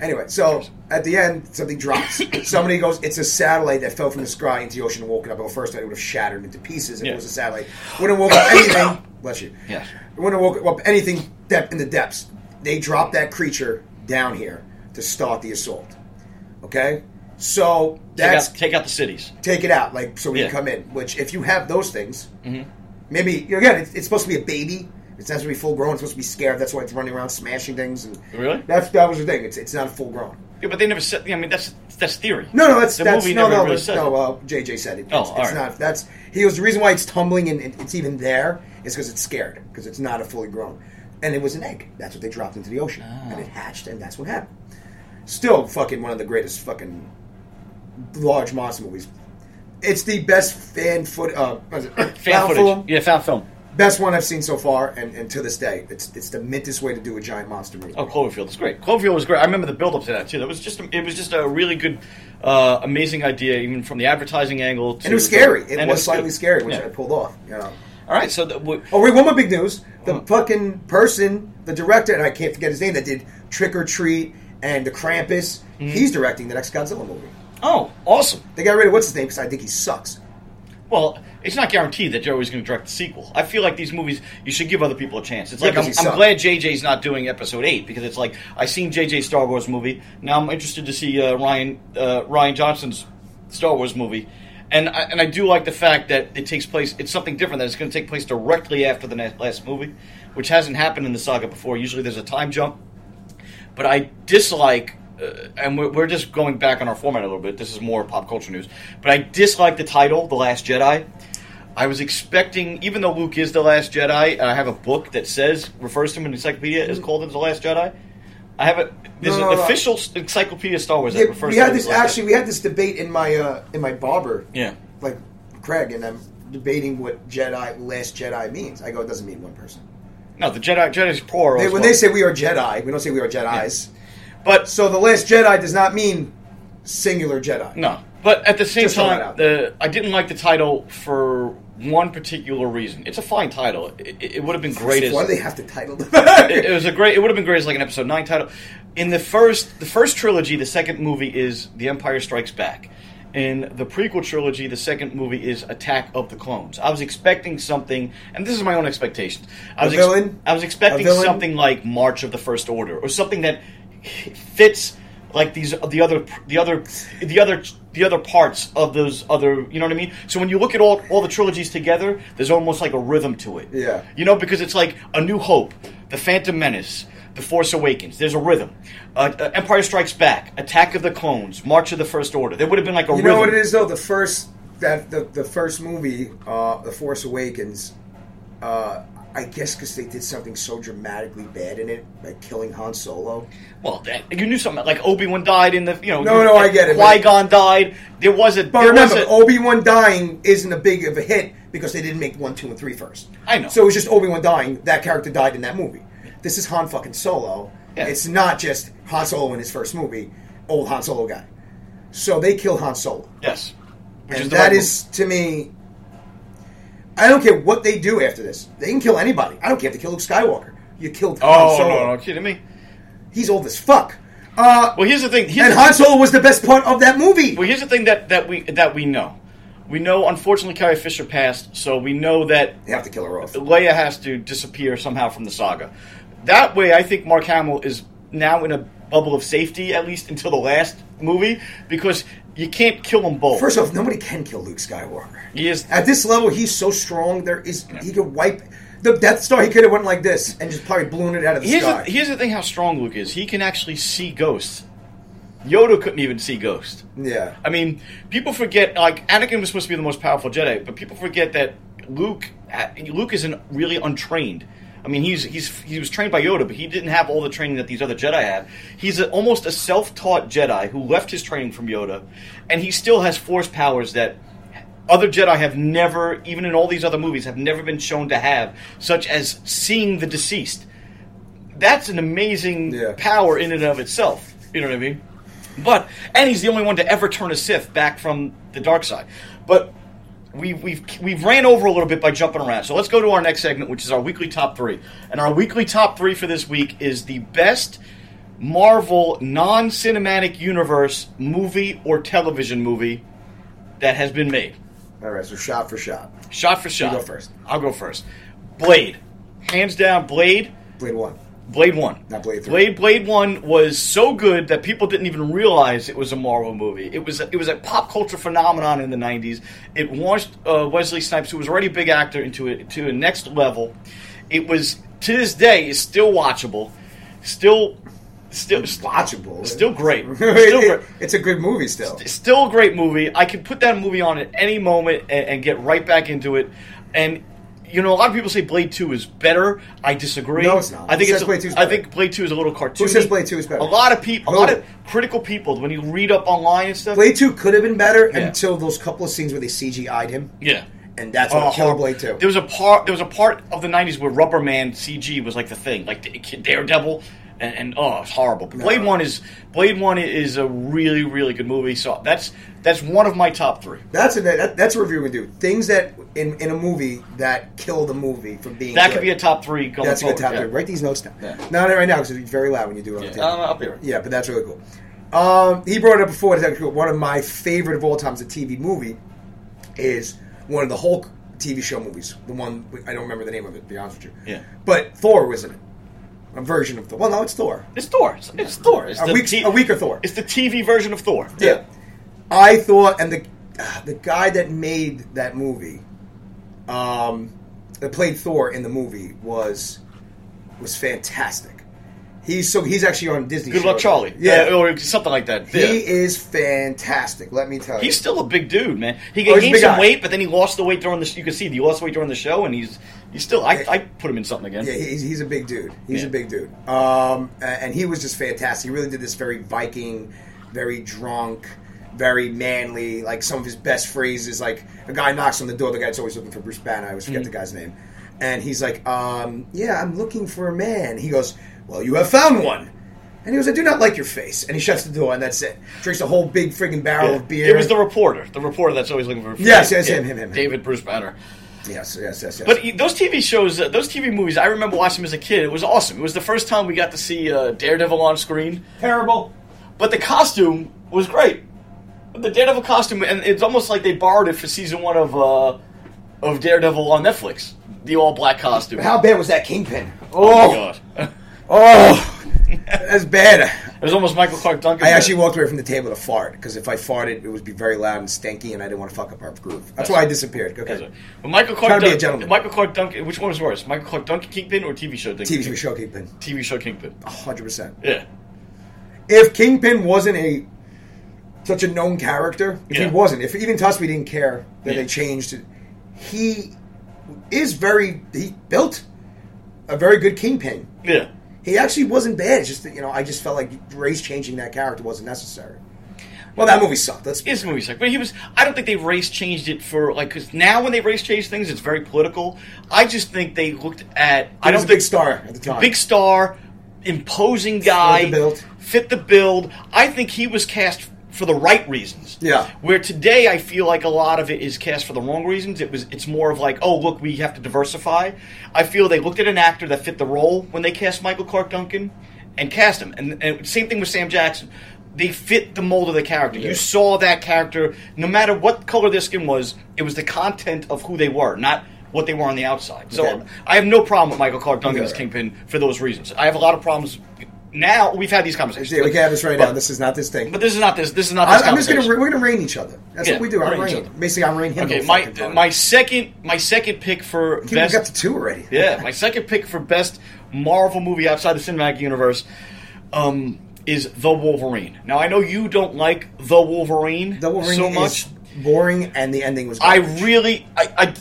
Speaker 3: Anyway, so at the end, something drops. Somebody goes, "It's a satellite that fell from the sky into the ocean and woke it up." Well, first, it would have shattered into pieces. If
Speaker 2: Yeah.
Speaker 3: It was a satellite. Wouldn't have woke up anything. Bless you.
Speaker 2: Yes.
Speaker 3: It wouldn't have woke up anything dep in the depths. they dropped that creature down here to start the assault. Okay, so
Speaker 2: Take
Speaker 3: that's
Speaker 2: out, take out the cities.
Speaker 3: take it out, like so we
Speaker 2: Yeah. Mm-hmm.
Speaker 3: can come in. Which if you have those things, maybe you know, again it's, it's supposed to be a baby. It's not supposed to be full grown. It's supposed to be scared. That's why it's running around smashing things. And
Speaker 2: Really?
Speaker 3: That's that was the thing. It's it's not full grown.
Speaker 2: Yeah, but they never said. I mean, that's that's theory.
Speaker 3: No, no, that's
Speaker 2: the
Speaker 3: that's
Speaker 2: movie
Speaker 3: no,
Speaker 2: never
Speaker 3: no,
Speaker 2: really
Speaker 3: but-
Speaker 2: said.
Speaker 3: no.
Speaker 2: it.
Speaker 3: Uh, JJ said it. It's,
Speaker 2: Oh,
Speaker 3: it's
Speaker 2: all right.
Speaker 3: not. That's he was the reason why it's tumbling and it- it's even there is because it's scared because it's not a fully grown, and it was an egg. That's what they dropped into the ocean, and
Speaker 2: Ah.
Speaker 3: it hatched, and that's what happened. Still, fucking one of the greatest fucking large monster movies. It's the best fan foot. Uh, what is it?
Speaker 2: Fan
Speaker 3: Found
Speaker 2: footage.
Speaker 3: film.
Speaker 2: Yeah, found film.
Speaker 3: Best one I've seen so far, and, and to this day, it's it's the mintest way to do a giant monster movie.
Speaker 2: Oh, Cloverfield is great. Cloverfield was great. I remember the build up to that too. That was just a, it was just a really good, uh, amazing idea, even from the advertising angle. To
Speaker 3: and it was scary. It
Speaker 2: and
Speaker 3: was slightly
Speaker 2: good.
Speaker 3: scary, which
Speaker 2: Yeah.
Speaker 3: I pulled off. You know.
Speaker 2: All right, so the, w-
Speaker 3: Oh, wait, one more big news. The
Speaker 2: Uh-huh.
Speaker 3: fucking person, the director, and I can't forget his name, that did Trick or Treat and The Krampus,
Speaker 2: Mm-hmm.
Speaker 3: he's directing the next Godzilla movie.
Speaker 2: oh, awesome.
Speaker 3: They got rid of what's his name because I think he sucks.
Speaker 2: Well, it's not guaranteed that you're always going to direct the sequel. I feel like these movies, you should give other people a chance. It's
Speaker 3: Yeah,
Speaker 2: like
Speaker 3: 'cause uh,
Speaker 2: I'm,
Speaker 3: he
Speaker 2: I'm
Speaker 3: sucked.
Speaker 2: glad JJ's not doing Episode Eight because it's like I seen JJ's Star Wars movie. Now I'm interested to see uh, Ryan uh, Ryan Johnson's Star Wars movie, and I, and I do like the fact that it takes place. It's something different that it's going to take place directly after the na- last movie, which hasn't happened in the saga before. Usually there's a time jump but I dislike, uh, and we're, we're just going back on our format a little bit. This is more pop culture news, but I dislike the title, "The Last Jedi." I was expecting, even though Luke is the last Jedi, and I have a book that says refers to him in the encyclopedia as called him the last Jedi. I have a there's
Speaker 3: Mm-hmm. No, no,
Speaker 2: an
Speaker 3: no.
Speaker 2: official encyclopedia of Star Wars
Speaker 3: Yeah,
Speaker 2: that refers
Speaker 3: we
Speaker 2: to him
Speaker 3: had
Speaker 2: as
Speaker 3: this
Speaker 2: the last
Speaker 3: actually, we had this debate in my uh, in my barber,
Speaker 2: Jedi. yeah.
Speaker 3: like Craig, and I'm debating what Jedi Last Jedi means. I go, it doesn't mean one person.
Speaker 2: No, the Jedi Jedi's plural.
Speaker 3: They,
Speaker 2: as
Speaker 3: when
Speaker 2: well.
Speaker 3: they say we are Jedi, we don't say we are Jedi's.
Speaker 2: but
Speaker 3: So the Last Jedi does not mean singular Jedi.
Speaker 2: No, but at the same
Speaker 3: Just throw that
Speaker 2: time,
Speaker 3: out
Speaker 2: the I didn't like the title for one particular reason. It's a fine title. It, it- it would have been great as
Speaker 3: Why do they have to title them?
Speaker 2: it, it was a great. It would have been great as like an episode nine title. In the first, the first trilogy, the second movie is The Empire Strikes Back. In the prequel trilogy, the second movie is Attack of the Clones. I was expecting something, and this is my own expectations. I was ex-
Speaker 3: villain?
Speaker 2: I was expecting
Speaker 3: A villain?
Speaker 2: something like March of the First Order, or something that fits like these the other the other the other the other parts of those other you know what I mean. So when you look at all all the trilogies together, there's almost like a rhythm to it.
Speaker 3: Yeah.
Speaker 2: You know, because it's like A New Hope, The Phantom Menace, The Force Awakens. There's a rhythm. Uh, uh, Empire Strikes Back, Attack of the Clones, March of the First Order. There would have been like a
Speaker 3: You
Speaker 2: rhythm.
Speaker 3: know what it is though? The first that the, the first movie, uh, The Force Awakens, uh, I guess because they did something so dramatically bad in it, like killing Han Solo.
Speaker 2: Well, that, you knew something like Obi Wan died in the you know.
Speaker 3: No, no, I get it, but-
Speaker 2: Qui Gon died. There was a.
Speaker 3: But
Speaker 2: there was
Speaker 3: remember,
Speaker 2: a-
Speaker 3: Obi Wan dying isn't a big of a hit because they didn't make one, two, and three first.
Speaker 2: I know.
Speaker 3: So it was just Obi Wan dying. That character died in that movie. This is Han fucking Solo.
Speaker 2: Yeah.
Speaker 3: It's not just Han Solo in his first movie, old Han Solo guy. So they kill Han Solo.
Speaker 2: yes, which
Speaker 3: and
Speaker 2: the
Speaker 3: that
Speaker 2: right
Speaker 3: is to me. I don't care what they do after this. They can kill anybody. I don't care if they kill Luke Skywalker. You killed
Speaker 2: move.
Speaker 3: Han
Speaker 2: Oh
Speaker 3: Solo.
Speaker 2: no, no, kidding me.
Speaker 3: He's old as fuck. Uh,
Speaker 2: Well, here's the thing. Here's
Speaker 3: and
Speaker 2: the-
Speaker 3: Han Solo was the best part of that movie.
Speaker 2: Well, here's the thing that, that we that we know. We know, unfortunately, Carrie Fisher passed, so we know that
Speaker 3: They have to kill her off.
Speaker 2: Leia has to disappear somehow from the saga. That way, I think Mark Hamill is now in a bubble of safety, at least until the last movie, because you can't kill them both.
Speaker 3: First off, nobody can kill Luke Skywalker.
Speaker 2: He is-
Speaker 3: at this level. He's so strong. There is he could wipe the Death Star. He could have went like this and just probably blown it out of the
Speaker 2: here's, the,
Speaker 3: sky.
Speaker 2: here's the thing: how strong Luke is. He can actually see ghosts. Yoda couldn't even see ghosts.
Speaker 3: yeah.
Speaker 2: I mean, people forget like Anakin was supposed to be the most powerful Jedi, but people forget that Luke uh, Luke isn't really untrained. I mean, he's he's he was trained by Yoda, but he didn't have all the training that these other Jedi had. He's a, almost a self-taught Jedi who left his training from Yoda, and he still has force powers that other Jedi have never, even in all these other movies, have never been shown to have, such as seeing the deceased. That's an amazing
Speaker 3: Yeah.
Speaker 2: power in and of itself. You know what I mean? But and he's the only one to ever turn a Sith back from the dark side. But we, we've we've ran over a little bit by jumping around. So let's go to our next segment, which is our weekly top three. And our weekly top three for this week is the best Marvel non-cinematic universe movie or television movie that has been made.
Speaker 3: All right. So shot for shot.
Speaker 2: Shot for shot.
Speaker 3: go first.
Speaker 2: I'll go first. Blade, hands down. Blade.
Speaker 3: Blade one.
Speaker 2: Blade One.
Speaker 3: Not Blade three.
Speaker 2: Blade Blade One was so good that people didn't even realize it was a Marvel movie. It was a, it was a pop culture phenomenon in the '90s. It launched uh, Wesley Snipes, who was already a big actor, into a, to a next level. It was to this day is still watchable, still, still
Speaker 3: Watchable.
Speaker 2: still great, still
Speaker 3: It-
Speaker 2: great
Speaker 3: it- it's a good movie still.
Speaker 2: still a great movie. I can put that movie on at any moment and, and get right back into it. And you know, a lot of people say Blade Two is better. I disagree.
Speaker 3: No, it's not.
Speaker 2: I think
Speaker 3: Who
Speaker 2: it's.
Speaker 3: says Blade 2 is
Speaker 2: I
Speaker 3: better?
Speaker 2: think Blade Two is a little cartoony.
Speaker 3: says Blade 2 is better?
Speaker 2: A lot of people, a lot
Speaker 3: Who?
Speaker 2: of critical people, when you read up online and stuff.
Speaker 3: Blade two could have been better
Speaker 2: Yeah.
Speaker 3: until those couple of scenes where they CGI'd him.
Speaker 2: yeah.
Speaker 3: And that's what
Speaker 2: Oh,
Speaker 3: killed Blade two.
Speaker 2: There was a part. There was a part of the '90s where Rubberman CG was like the thing, like the- Daredevil, and, and oh, it's horrible. But Blade One is Blade One is a really, really good movie. So that's that's one of my top three.
Speaker 3: That's a, that, that's a review we do. Things that in, in a movie that kill the movie from being
Speaker 2: That
Speaker 3: good.
Speaker 2: could be a top three going
Speaker 3: That's a
Speaker 2: forward.
Speaker 3: good topic.
Speaker 2: yeah.
Speaker 3: Write these notes down.
Speaker 2: Yeah.
Speaker 3: Not right now because it's very loud when you do it on the
Speaker 2: Yeah.
Speaker 3: table.
Speaker 2: Uh, I'll be right.
Speaker 3: Yeah, but that's really cool. Um, he brought it up before. It's actually one of my favorite of all times. A TV movie is one of the Hulk TV show movies. The one I don't remember the name of it. To be honest with you.
Speaker 2: Yeah.
Speaker 3: But Thor was in it. A version of Thor. Well, no, it's Thor.
Speaker 2: It's Thor. It's, it's Thor. It's
Speaker 3: A
Speaker 2: the
Speaker 3: weak- a weaker Thor.
Speaker 2: It's the TV version of Thor.
Speaker 3: Yeah. I thought, and the ah, the guy that made that movie, um, that played Thor in the movie was was fantastic. He's so he's actually on Disney.
Speaker 2: Good
Speaker 3: show
Speaker 2: luck, Charlie.
Speaker 3: Yeah,
Speaker 2: Uh, or something like that.
Speaker 3: he
Speaker 2: yeah.
Speaker 3: is fantastic. Let me tell you,
Speaker 2: He's still a big dude, man. He
Speaker 3: Oh, he's a
Speaker 2: gained
Speaker 3: big
Speaker 2: some
Speaker 3: guy.
Speaker 2: weight, but then he lost the weight during the. sh- You can see he lost weight during the show, and he's he's still. I, I put him in something again.
Speaker 3: yeah, he's, he's a big dude. He's
Speaker 2: Yeah.
Speaker 3: a big dude. Um, a- and he was just fantastic. He really did this very Viking, very drunk, very manly. Like some of his best phrases, like a guy knocks on the door. The guy's always looking for Bruce Banner. I always
Speaker 2: Mm-hmm.
Speaker 3: forget the guy's name. And he's like, um, "Yeah, I'm looking for a man." He goes, "Well, you have found one." And he goes, "I do not like your face." And he shuts the door, and that's it. Drinks a whole big friggin' barrel
Speaker 2: Yeah.
Speaker 3: of beer.
Speaker 2: It was the reporter, the reporter that's always looking for.
Speaker 3: Yes, yes, him, him, him, him.
Speaker 2: David Bruce Banner.
Speaker 3: yes, yes, yes, yes.
Speaker 2: But he- those TV shows, uh, those TV movies, I remember watching them as a kid. It was awesome. It was the first time we got to see uh, Daredevil on screen.
Speaker 3: terrible.
Speaker 2: But the costume was great. The Daredevil costume, and it's almost like they borrowed it for season one of uh, of Daredevil on Netflix. The all black costume.
Speaker 3: How bad was that kingpin?
Speaker 2: oh my god! it
Speaker 3: oh, that's bad.
Speaker 2: was almost Michael Clark Duncan.
Speaker 3: I actually walked away from the table to fart because if I farted, it would be very loud and stanky, and I didn't want to fuck up our groove. That's why I disappeared.
Speaker 2: That's
Speaker 3: Okay,
Speaker 2: right. Well, Michael Clark.
Speaker 3: Trying to be a
Speaker 2: Dun-
Speaker 3: gentleman.
Speaker 2: Michael Clark Duncan. Which one was worse, Michael Clark Duncan Kingpin or TV show Duncan?
Speaker 3: TV show Oh. Kingpin,
Speaker 2: TV show Kingpin.
Speaker 3: hundred percent.
Speaker 2: Yeah.
Speaker 3: If Kingpin wasn't a such a known character, if
Speaker 2: Yeah.
Speaker 3: he wasn't, if even Tusby didn't care that
Speaker 2: Yeah.
Speaker 3: they changed it, he is very he built a very good Kingpin.
Speaker 2: Yeah.
Speaker 3: He actually wasn't bad. It's just that, you know, I just felt like race changing that character wasn't necessary. Well, that movie sucked. Let's
Speaker 2: His movie sucked, but he was. I don't think they race changed it for like because now when they race change things, it's very political. I just think they looked at. I
Speaker 3: He
Speaker 2: don't
Speaker 3: was a
Speaker 2: think
Speaker 3: big star at the time.
Speaker 2: big star, imposing guy,
Speaker 3: Fit the build.
Speaker 2: fit the build. I think he was cast for the right reasons.
Speaker 3: Yeah.
Speaker 2: Where today I feel like a lot of it is cast for the wrong reasons. It was it's more of like, oh look, we have to diversify. I feel they looked at an actor that fit the role when they cast Michael Clark Duncan and cast him. And, and same thing with Sam Jackson. They fit the mold of the character. You saw that character, no matter what color their skin was, it was the content of who they were, not what they were on the outside. So
Speaker 3: Okay.
Speaker 2: I have no problem with Michael Clark Duncan as
Speaker 3: Yeah.
Speaker 2: Kingpin for those reasons. I have a lot of problems now. We've had these conversations.
Speaker 3: Yeah, we can have this right
Speaker 2: but,
Speaker 3: now. This is not this thing.
Speaker 2: but this is not this. This is not
Speaker 3: I,
Speaker 2: this.
Speaker 3: I'm just gonna
Speaker 2: conversation.
Speaker 3: we're gonna rain each other. That's
Speaker 2: Yeah,
Speaker 3: what we do. I'm
Speaker 2: rein each
Speaker 3: raining.
Speaker 2: other.
Speaker 3: Basically, I'm raining him.
Speaker 2: Okay,
Speaker 3: the fucking
Speaker 2: my
Speaker 3: phone.
Speaker 2: my second my second pick for
Speaker 3: Dude, we
Speaker 2: best.
Speaker 3: got to two already.
Speaker 2: yeah, my second pick for best Marvel movie outside the cinematic universe um, is The Wolverine. Now I know you don't like The Wolverine,
Speaker 3: the Wolverine
Speaker 2: so
Speaker 3: is
Speaker 2: much.
Speaker 3: boring, and the ending was.
Speaker 2: I
Speaker 3: garbage.
Speaker 2: really, I, I,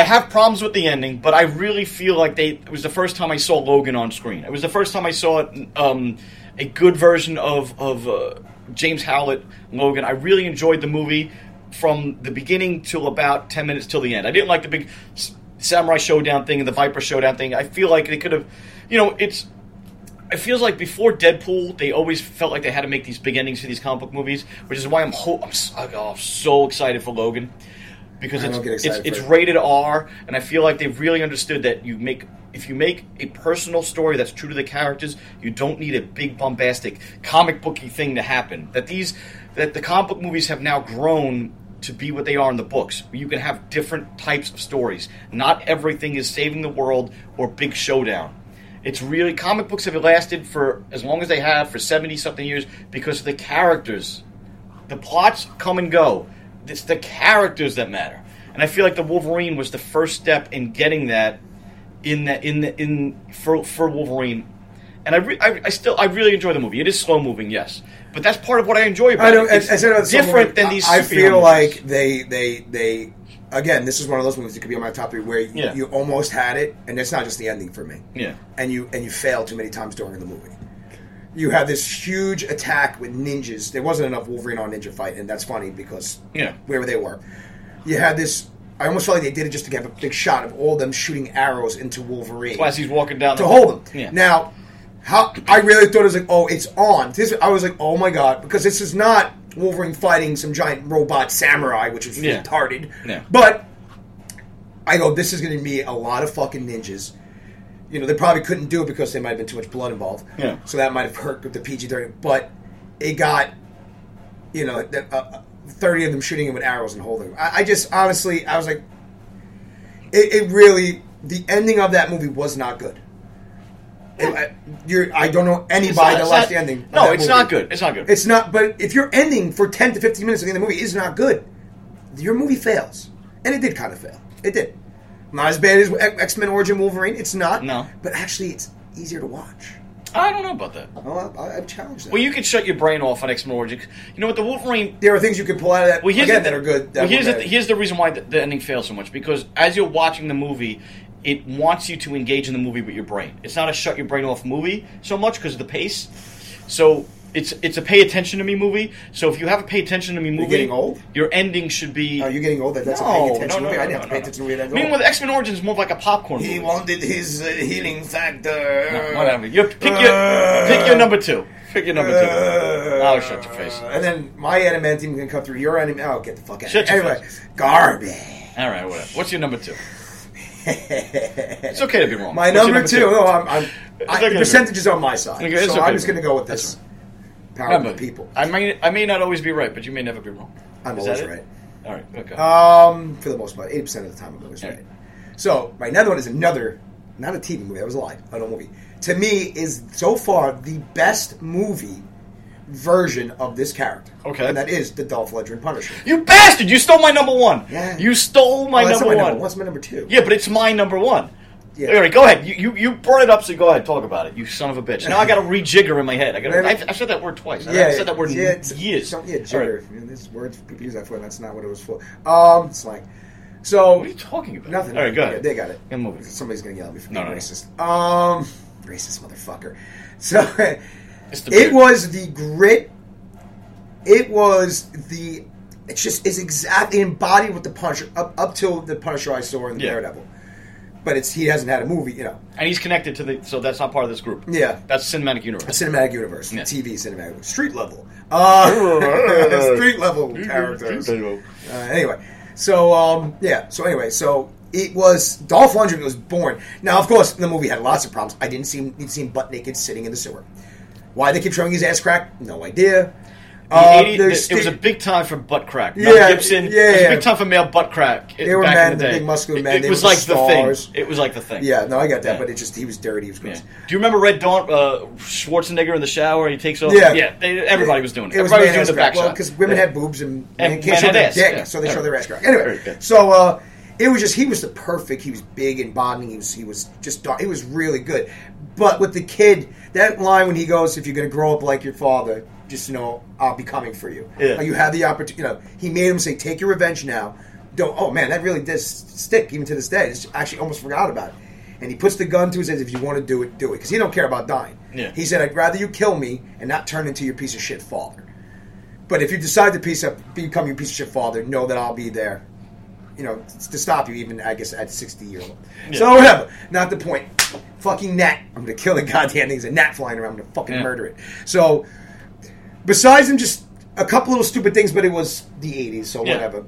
Speaker 2: I have problems with the ending, but I really feel like they. It was the first time I saw Logan on screen. It was the first time I saw um, a good version of of uh, James Howlett Logan. I really enjoyed the movie from the beginning till about ten minutes till the end. I didn't like the big s- samurai showdown thing and the Viper showdown thing. I feel like they could have, you know, it's it feels like before Deadpool, they always felt like they had to make these big endings for these comic book movies, which is why I'm ho- I'm so, oh, I'm so excited for Logan because
Speaker 3: I
Speaker 2: it's
Speaker 3: don't get
Speaker 2: it's,
Speaker 3: excited
Speaker 2: it's
Speaker 3: for it.
Speaker 2: rated R, and I feel like they've really understood that you make if you make a personal story that's true to the characters, you don't need a big bombastic comic booky thing to happen. That these that the comic book movies have now grown to be what they are in the books. You can have different types of stories. Not everything is saving the world or big showdown It's really comic books have lasted for as long as they have for seventy something years because of the characters. The plots come and go. It's the characters that matter, and I feel like the Wolverine was the first step in getting that in that in the in for for Wolverine. And I, re- I, I still I really enjoy the movie. It is slow moving, yes, but that's part of what I enjoy about
Speaker 3: I don't.
Speaker 2: it. It's
Speaker 3: I, I said it's
Speaker 2: different than these.
Speaker 3: I I
Speaker 2: superhero
Speaker 3: feel
Speaker 2: movies.
Speaker 3: like they, they, they. Again, this is one of those movies that could be on my top three where you,
Speaker 2: Yeah.
Speaker 3: you almost had it, and that's not just the ending for me.
Speaker 2: Yeah.
Speaker 3: and you and you fail too many times during the movie. You have this huge attack with ninjas. There wasn't enough Wolverine on ninja fight, and that's funny because
Speaker 2: Yeah.
Speaker 3: wherever they were, you had this. I almost felt like they did it just to get a big shot of all them shooting arrows into Wolverine
Speaker 2: Plus, he's walking down
Speaker 3: to
Speaker 2: the
Speaker 3: hold him.
Speaker 2: Yeah.
Speaker 3: Now, how I really thought it was like, oh, it's on. This I was like, oh my god, because this is not Wolverine fighting some giant robot samurai, which is
Speaker 2: Yeah.
Speaker 3: retarded.
Speaker 2: Yeah.
Speaker 3: But I go, this is going to be a lot of fucking ninjas. You know, they probably couldn't do it because there might have been too much blood involved.
Speaker 2: Yeah.
Speaker 3: So that might have hurt with the PG thirty, but it got you know that, uh, uh, thirty of them shooting him with arrows and holding. Him. I, I just honestly, I was like, it, it really the ending of that movie was not good. It- I, you're, I don't know
Speaker 2: It's
Speaker 3: anybody
Speaker 2: not-
Speaker 3: that
Speaker 2: it's
Speaker 3: likes
Speaker 2: not-
Speaker 3: the ending. of
Speaker 2: No,
Speaker 3: that
Speaker 2: it's
Speaker 3: movie.
Speaker 2: not good. It's not good.
Speaker 3: It's not. But if your ending for ten to fifteen minutes at the end of the movie is not good, your movie fails, and it did kind of fail. It did. Not as bad as X Men Origin Wolverine. It's not.
Speaker 2: No.
Speaker 3: But actually, it's easier to watch.
Speaker 2: I don't know about that.
Speaker 3: Well, I, I challenge that.
Speaker 2: Well, you can shut your brain off on X Men Origins. You know what? The Wolverine
Speaker 3: there are things you can pull out of that
Speaker 2: Well, here's
Speaker 3: again
Speaker 2: the,
Speaker 3: that are good. That
Speaker 2: well, here's,
Speaker 3: were
Speaker 2: the,
Speaker 3: bad.
Speaker 2: here's the reason why the, the ending fails so much because as you're watching the movie, it wants you to engage in the movie with your brain. It's not a shut your brain off movie so much because of the pace. So it's it's a pay attention to me movie. So if you have a pay attention to me movie,
Speaker 3: getting old?
Speaker 2: Your ending should be.
Speaker 3: Are you getting old? That that's
Speaker 2: no,
Speaker 3: a paying attention
Speaker 2: no, no,
Speaker 3: movie.
Speaker 2: no,
Speaker 3: I didn't
Speaker 2: no,
Speaker 3: have to pay
Speaker 2: no,
Speaker 3: attention
Speaker 2: no.
Speaker 3: to me that.
Speaker 2: I mean, with X Men Origins, it's more like a popcorn movie.
Speaker 3: wanted his uh, healing factor.
Speaker 2: No, whatever. You pick your pick your number two. Pick your number two. oh, shut your face.
Speaker 3: Uh, And then my adamantium can cut through your enemy. Oh, get the fuck out!
Speaker 2: Shut
Speaker 3: of
Speaker 2: your
Speaker 3: here. Anyway,
Speaker 2: face.
Speaker 3: garbage.
Speaker 2: All right, whatever. What's your number two? it's okay to be wrong.
Speaker 3: My
Speaker 2: What's your
Speaker 3: number, two. Oh, No, I'm. I'm I,
Speaker 2: okay to
Speaker 3: the
Speaker 2: be-
Speaker 3: percentage is on my side,
Speaker 2: Okay, it's
Speaker 3: so
Speaker 2: okay
Speaker 3: I'm
Speaker 2: to
Speaker 3: just
Speaker 2: be-
Speaker 3: going to go with this.
Speaker 2: That's all
Speaker 3: Power of
Speaker 2: Remember,
Speaker 3: the people.
Speaker 2: I may I may not always be right, but you may never be wrong.
Speaker 3: I'm
Speaker 2: Is
Speaker 3: always
Speaker 2: that it?
Speaker 3: right.
Speaker 2: All right. Okay.
Speaker 3: Um, for the most part, eighty percent of the time I'm always right.
Speaker 2: Alright.
Speaker 3: So my another one is another, not a TV movie. That was a lie. Another movie to me is so far the best movie version of this character.
Speaker 2: Okay.
Speaker 3: and that is the Dolph Lundgren Punisher.
Speaker 2: you bastard! You stole my number one.
Speaker 3: Yeah.
Speaker 2: You stole my
Speaker 3: Oh, that's
Speaker 2: number
Speaker 3: not my
Speaker 2: one.
Speaker 3: number one. What's my number two?
Speaker 2: Yeah, but it's my number one.
Speaker 3: Yeah.
Speaker 2: All right, go ahead. You, you you brought it up, so go ahead. Talk about it. You son of a bitch. Now I got to rejigger in my head. I got.
Speaker 3: Whatever.
Speaker 2: I've, I've said that word twice.
Speaker 3: Yeah,
Speaker 2: I've said that word
Speaker 3: yeah,
Speaker 2: in
Speaker 3: it's-
Speaker 2: years.
Speaker 3: Some, yeah,
Speaker 2: All right.
Speaker 3: jigger. I mean, this word people use that for. and That's not what it was for. Um, it's like, so
Speaker 2: What are you talking about?
Speaker 3: Nothing.
Speaker 2: All right, go
Speaker 3: Yeah,
Speaker 2: ahead.
Speaker 3: they got it.
Speaker 2: Good movie.
Speaker 3: Somebody's gonna yell at me for
Speaker 2: No,
Speaker 3: being
Speaker 2: no, no.
Speaker 3: racist. Um, racist motherfucker. So
Speaker 2: It's the
Speaker 3: it
Speaker 2: beard.
Speaker 3: was the grit. It was the. It just is exactly embodied with the Punisher up up till the Punisher I saw in the
Speaker 2: Yeah.
Speaker 3: Daredevil, but it's he hasn't had a movie, you know,
Speaker 2: And he's connected to the. So that's not part of this group.
Speaker 3: Yeah.
Speaker 2: That's cinematic universe.
Speaker 3: cinematic universe,
Speaker 2: Yeah.
Speaker 3: TV cinematic street level, uh, street level characters. Uh, anyway, so um, yeah, so anyway, so it was Dolph Lundgren was born. Now, of course, the movie had lots of problems. I didn't see him, need to see him butt naked sitting in the sewer. Why they keep showing his ass crack? No idea. Uh,
Speaker 2: The 80s
Speaker 3: there's
Speaker 2: it was a
Speaker 3: sti-
Speaker 2: big time for butt crack.
Speaker 3: Yeah,
Speaker 2: Mel Gibson.
Speaker 3: yeah,
Speaker 2: it was a
Speaker 3: yeah.
Speaker 2: big time for male butt crack. They
Speaker 3: were
Speaker 2: back
Speaker 3: men,
Speaker 2: in
Speaker 3: the
Speaker 2: the day.
Speaker 3: big muscular
Speaker 2: It-
Speaker 3: men,
Speaker 2: It,
Speaker 3: they
Speaker 2: was
Speaker 3: were
Speaker 2: like
Speaker 3: stars.
Speaker 2: the thing. It was like the thing.
Speaker 3: Yeah, no, I got that,
Speaker 2: Yeah.
Speaker 3: but it just he was dirty. He was
Speaker 2: Yeah.
Speaker 3: gross.
Speaker 2: Do you remember Red Dawn? Uh, Schwarzenegger in the shower. He takes off.
Speaker 3: Yeah.
Speaker 2: they, everybody was doing it.
Speaker 3: was
Speaker 2: everybody
Speaker 3: man
Speaker 2: was doing the
Speaker 3: ass
Speaker 2: back
Speaker 3: crack. Well,
Speaker 2: shot.
Speaker 3: because women
Speaker 2: Yeah.
Speaker 3: had boobs and,
Speaker 2: And
Speaker 3: men
Speaker 2: men
Speaker 3: can't show
Speaker 2: had
Speaker 3: their
Speaker 2: ass,
Speaker 3: dick,
Speaker 2: yeah.
Speaker 3: so they show
Speaker 2: Alright.
Speaker 3: their ass crack.
Speaker 2: Very
Speaker 3: Anyway,
Speaker 2: good.
Speaker 3: so uh, it was just he was the perfect. He was big and bonding. He was he was just dar- he was really good. But with the kid, that line when he goes, "If you're going to grow up like your father, just know I'll be coming for you."
Speaker 2: Yeah.
Speaker 3: Like, you have the opportunity. You know, he made him say, "Take your revenge now." Don't. Oh man, that really does stick even to this day. It's actually almost forgot about it. And he puts the gun to his head. If you want to do it, do it, because he don't care about dying.
Speaker 2: Yeah.
Speaker 3: He said, "I'd rather you kill me and not turn into your piece of shit father." But if you decide to piece up, become your piece of shit father, know that I'll be there. You know, s- to stop you, even I guess at sixty years old. So whatever, not the point. Fucking gnat! I'm gonna kill the goddamn thing's a gnat flying around. I'm gonna fucking
Speaker 2: Yeah.
Speaker 3: murder it. So, besides him, just a couple little stupid things, but it was the '80s, so
Speaker 2: Yeah.
Speaker 3: whatever.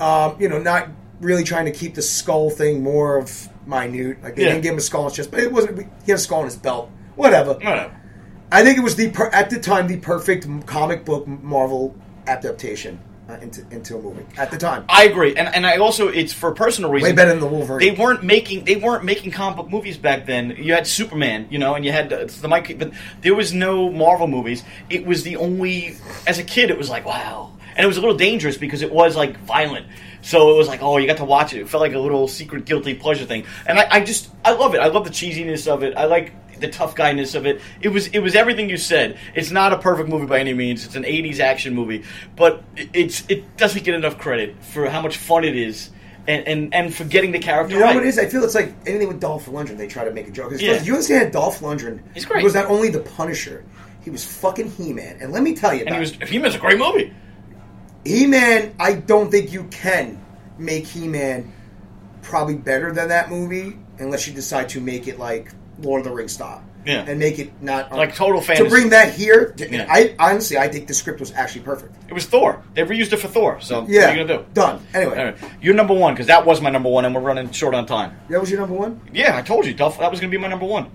Speaker 3: Um, you know, not really trying to keep the skull thing more of minute. Like they
Speaker 2: Yeah.
Speaker 3: didn't give him a skull on his chest, but it wasn't. He had a skull on his belt. Whatever.
Speaker 2: Whatever.
Speaker 3: I think it was the per- at the time the perfect m- comic book Marvel adaptation uh, into into a movie at the time.
Speaker 2: I agree, and and I also it's for personal reasons.
Speaker 3: better than the Wolverine.
Speaker 2: They weren't making they weren't making comic book movies back then. You had Superman, you know, and you had uh, it's the Mike, but there was no Marvel movies. It was the only as a kid, it was like wow, and it was a little dangerous because it was like violent. So it was like, oh, you got to watch it. It felt like a little secret guilty pleasure thing, and I, I just I love it. I love the cheesiness of it. I like the tough guyness of it. It was it was everything you said. It's not a perfect movie by any means. It's an '80s action movie, but it- it's it doesn't get enough credit for how much fun it is, and and, and for getting the character
Speaker 3: You know
Speaker 2: right.
Speaker 3: what it is? I feel it's like anything with Dolph Lundgren, they try to make a joke. Because
Speaker 2: Yeah.
Speaker 3: You understand Dolph Lundgren
Speaker 2: He's great.
Speaker 3: was not only the Punisher, he was fucking He Man. And let me tell you
Speaker 2: And
Speaker 3: about
Speaker 2: he was he was a great movie.
Speaker 3: He Man, I don't think you can make He Man probably better than that movie unless you decide to make it like Lord of the Rings style.
Speaker 2: Yeah.
Speaker 3: And make it not
Speaker 2: Like total fantasy.
Speaker 3: To bring that here, to-
Speaker 2: Yeah.
Speaker 3: I honestly I think the script was actually perfect.
Speaker 2: It was Thor. They reused it for Thor. So
Speaker 3: Yeah.
Speaker 2: what are you gonna do?
Speaker 3: Done. Anyway.
Speaker 2: All right. you're number one because that was my number one, and we're running short on time.
Speaker 3: That was your number one?
Speaker 2: Yeah, I told you, Duff. That was going to be my number one.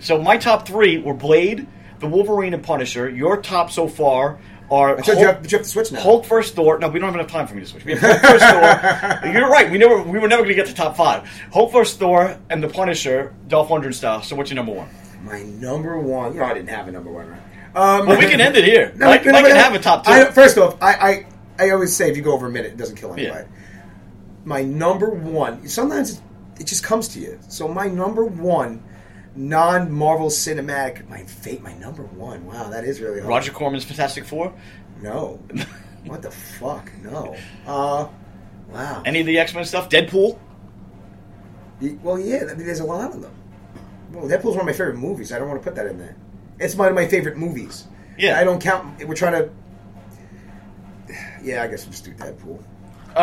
Speaker 2: So my top three were Blade, The Wolverine, and Punisher. Your top so far are.
Speaker 3: I told you, you have- you have to switch now.
Speaker 2: Hulk first Thor. No, we don't have enough time for me to switch. We have Hulk first Thor. You're right. We never. We were never going to get to top five. Hulk first Thor and the Punisher, Dolph Lundgren style. So what's your number one?
Speaker 3: My number one. You know I didn't have a number one, right?
Speaker 2: Well, we can end it here.
Speaker 3: No,
Speaker 2: Mike,
Speaker 3: no,
Speaker 2: Mike
Speaker 3: no,
Speaker 2: can
Speaker 3: no.
Speaker 2: have a top two.
Speaker 3: I, first off, I, I I always say if you go over a minute, it doesn't kill anybody.
Speaker 2: Yeah.
Speaker 3: My number one. Sometimes it, it just comes to you. So my number one non-Marvel cinematic. My fate. My number one. Wow, that is really hard.
Speaker 2: Roger Corman's Fantastic Four.
Speaker 3: No. what the fuck? No. Uh. Wow.
Speaker 2: Any of the X Men stuff. Deadpool.
Speaker 3: Y- well, yeah. I mean, there's a lot of them. Well, Deadpool's one of my favorite movies. I don't want to put that in there. It's one of my favorite movies.
Speaker 2: Yeah.
Speaker 3: I don't count. We're trying to. Yeah, I guess we'll just do Deadpool.
Speaker 2: All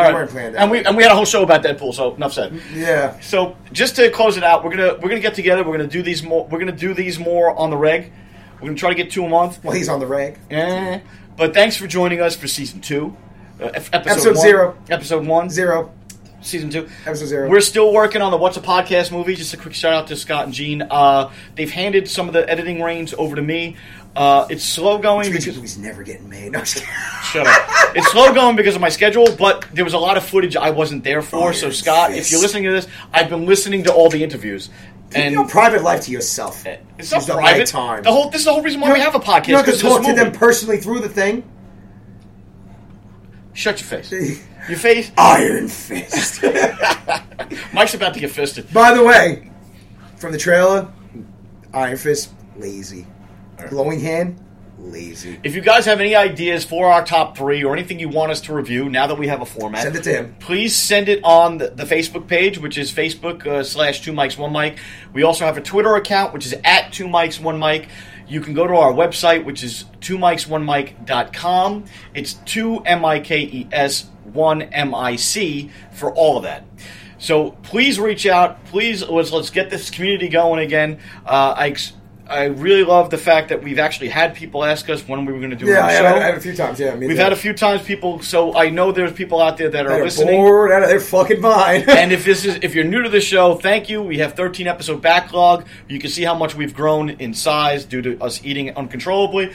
Speaker 3: We
Speaker 2: right.
Speaker 3: weren't planning that.
Speaker 2: and we and we had a whole show about Deadpool. So enough said.
Speaker 3: Yeah.
Speaker 2: So just to close it out, we're gonna we're gonna get together. We're gonna do these more. We're gonna do these more on the reg. We're gonna try to get two a month.
Speaker 3: Well, he's on the rag.
Speaker 2: Eh. But thanks for joining us for season two, uh, ep- episode,
Speaker 3: Episode
Speaker 2: one,
Speaker 3: zero.
Speaker 2: episode one,
Speaker 3: Zero.
Speaker 2: season two,
Speaker 3: Episode zero.
Speaker 2: We're still working on the What's a Podcast movie. Just a quick shout out to Scott and Gene. Uh, they've handed some of the editing reins over to me. Uh, it's slow going.
Speaker 3: Feature
Speaker 2: Because,
Speaker 3: movies never getting made. No, I'm just kidding.
Speaker 2: shut up. It's slow going because of my schedule, but there was a lot of footage I wasn't there for.
Speaker 3: Oh,
Speaker 2: so
Speaker 3: yes,
Speaker 2: Scott, if
Speaker 3: yes.
Speaker 2: you're listening to this, I've been listening to all the interviews. And
Speaker 3: Your private life to yourself.
Speaker 2: It's not
Speaker 3: Use the
Speaker 2: private.
Speaker 3: right time.
Speaker 2: The whole this is the whole reason why we have a podcast.
Speaker 3: You don't have
Speaker 2: 'cause
Speaker 3: to
Speaker 2: of
Speaker 3: talk
Speaker 2: this
Speaker 3: to them
Speaker 2: movie.
Speaker 3: personally through the thing.
Speaker 2: Shut your face. Your face.
Speaker 3: Iron Fist.
Speaker 2: Mike's about to get fisted.
Speaker 3: By the way, from the trailer, Iron Fist lazy, glowing hand lazy.
Speaker 2: If you guys have any ideas for our top three or anything you want us to review, now that we have a format,
Speaker 3: Send it to him.
Speaker 2: Please send it on the, the Facebook page, which is Facebook uh, slash Two Mics One Mic. We also have a Twitter account, which is at Two Mics One Mic. You can go to our website, which is two mics one mic.com. It's two M I K E S one M I C for all of that. So please reach out. Please let's let's get this community going again. Uh, I ex- I really love the fact that we've actually had people ask us when we were going to do
Speaker 3: Yeah,
Speaker 2: our
Speaker 3: I
Speaker 2: show.
Speaker 3: have, I have a few times. Yeah, me
Speaker 2: We've
Speaker 3: too.
Speaker 2: had a few times people. So I know there's people out there that are
Speaker 3: They're
Speaker 2: listening
Speaker 3: bored out of their fucking mind.
Speaker 2: and if this is if you're new to the show, thank you. We have 13 episode backlog. You can see how much we've grown in size due to us eating uncontrollably,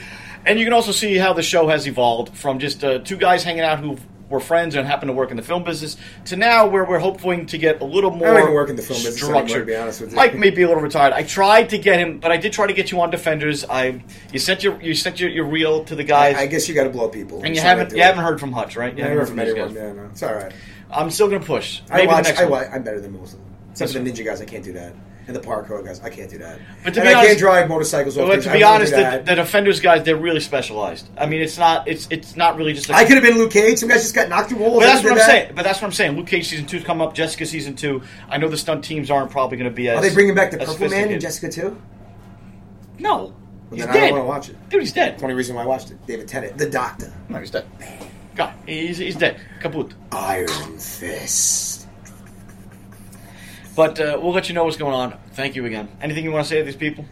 Speaker 2: and you can also see how the show has evolved from just uh, two guys hanging out who were friends and happened to work in the film business to now where we're hoping to get a little more
Speaker 3: even work in the film business anymore, to
Speaker 2: structured.
Speaker 3: be honest with you.
Speaker 2: Mike may be a little retired. I tried to get him, but I did try to get you on Defenders. I you sent your you sent your, your reel to the guys.
Speaker 3: I guess you got to blow people.
Speaker 2: and you
Speaker 3: That's how
Speaker 2: haven't
Speaker 3: they
Speaker 2: you
Speaker 3: do it.
Speaker 2: haven't heard from Hutch, right? You
Speaker 3: I
Speaker 2: haven't
Speaker 3: heard from
Speaker 2: these
Speaker 3: anyone.
Speaker 2: guys.
Speaker 3: Yeah, no, it's all right.
Speaker 2: I'm still gonna push.
Speaker 3: I
Speaker 2: Maybe
Speaker 3: watch.
Speaker 2: the next
Speaker 3: I
Speaker 2: one.
Speaker 3: watch, I'm better than most of them. Except
Speaker 2: That's
Speaker 3: for the
Speaker 2: right.
Speaker 3: ninja guys, I can't do that. And the parkour guys, I can't do that.
Speaker 2: But to
Speaker 3: and
Speaker 2: be
Speaker 3: I
Speaker 2: honest-
Speaker 3: can't drive motorcycles. Off
Speaker 2: Well,
Speaker 3: things.
Speaker 2: to
Speaker 3: I
Speaker 2: be
Speaker 3: won't do
Speaker 2: honest, the,
Speaker 3: that.
Speaker 2: the defenders guys they're really specialized. I mean, it's not it's it's not really just. A,
Speaker 3: I could have been Luke Cage. Some guys just got knocked through walls.
Speaker 2: but
Speaker 3: I
Speaker 2: that's what
Speaker 3: could've
Speaker 2: I'm
Speaker 3: did that.
Speaker 2: saying. But that's what I'm saying. Luke Cage season two's come up. Jessica season two. I know the stunt teams aren't probably going to be as.
Speaker 3: Are they bringing back the
Speaker 2: as
Speaker 3: Purple Man and
Speaker 2: sophisticated.
Speaker 3: Jessica too?
Speaker 2: No, he's
Speaker 3: then I
Speaker 2: dead.
Speaker 3: don't wanna watch it.
Speaker 2: Dude, he's dead.
Speaker 3: That's the only reason why I watched it. David Tennant, the Doctor,
Speaker 2: No, he's dead. God, he's he's dead. Kaput.
Speaker 3: Iron Fist.
Speaker 2: But uh, we'll let you know what's going on. Thank you again. Anything you want to say to these people?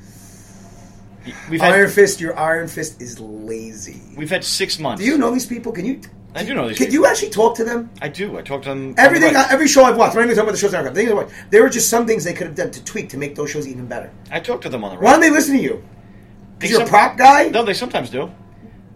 Speaker 2: We've had
Speaker 3: Iron Fist, your Iron Fist is lazy.
Speaker 2: we've had six months.
Speaker 3: Do you know these people? Can you?
Speaker 2: I do know these.
Speaker 3: Can
Speaker 2: people.
Speaker 3: you actually talk to them?
Speaker 2: I do. I talked to them. on the
Speaker 3: Everything,
Speaker 2: web.
Speaker 3: every show I've watched. I'm not even talking about the shows I've watched. Things I've watched. There were just some things they could have done to tweak to make those shows even better.
Speaker 2: I talked to them on the.
Speaker 3: Why
Speaker 2: Why?
Speaker 3: don't they listen to you?
Speaker 2: They
Speaker 3: Because you're a
Speaker 2: some-
Speaker 3: prop guy?
Speaker 2: No, they sometimes do.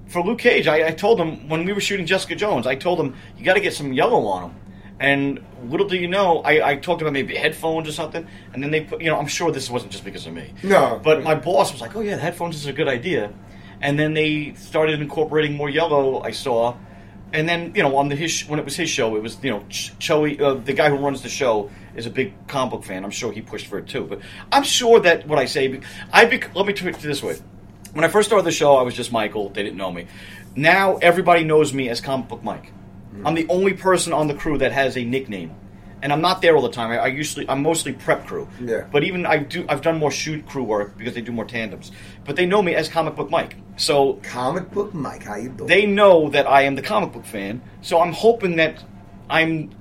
Speaker 2: for Luke Cage, I, I told him when we were shooting Jessica Jones, I told him you got to get some yellow on him. And little do you know, I, I talked about maybe headphones or something, and then they put, you know, I'm sure this wasn't just because of me.
Speaker 3: No.
Speaker 2: But my boss was like, oh yeah, the headphones is a good idea. And then they started incorporating more yellow, I saw. And then, you know, on the his, sh- when it was his show, it was, you know, Ch- Choey, uh, the guy who runs the show is a big comic book fan. I'm sure he pushed for it too. But I'm sure that what I say, be- I bec let me put it this way. When I first started the show, I was just Michael. They didn't know me. Now everybody knows me as Comic Book Mike. I'm the only person on the crew that has a nickname, and I'm not there all the time. I, I usually I'm mostly prep crew.
Speaker 3: Yeah.
Speaker 2: But even I do I've done more shoot crew work because they do more tandems. But they know me as Comic Book Mike. So
Speaker 3: Comic book Mike, how you doing?
Speaker 2: they know that I am the comic book fan. So I'm hoping that I'm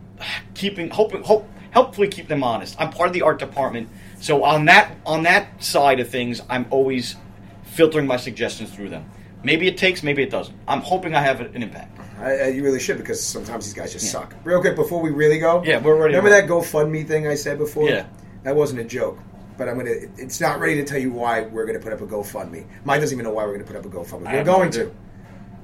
Speaker 2: keeping hoping hope helpfully keep them honest. I'm part of the art department, so on that on that side of things, I'm always filtering my suggestions through them. Maybe it takes, maybe it doesn't. I'm hoping I have an impact.
Speaker 3: I, I, you really should because sometimes these guys just suck. Real quick, before we really go,
Speaker 2: Yeah, we're ready to
Speaker 3: Remember
Speaker 2: go.
Speaker 3: that GoFundMe thing I said before?
Speaker 2: Yeah.
Speaker 3: that wasn't a joke. But I'm gonna. it- It's not ready to tell you why we're gonna put up a GoFundMe. Mine doesn't even know why we're gonna put up a GoFundMe. We're
Speaker 2: have no
Speaker 3: going
Speaker 2: idea.
Speaker 3: to.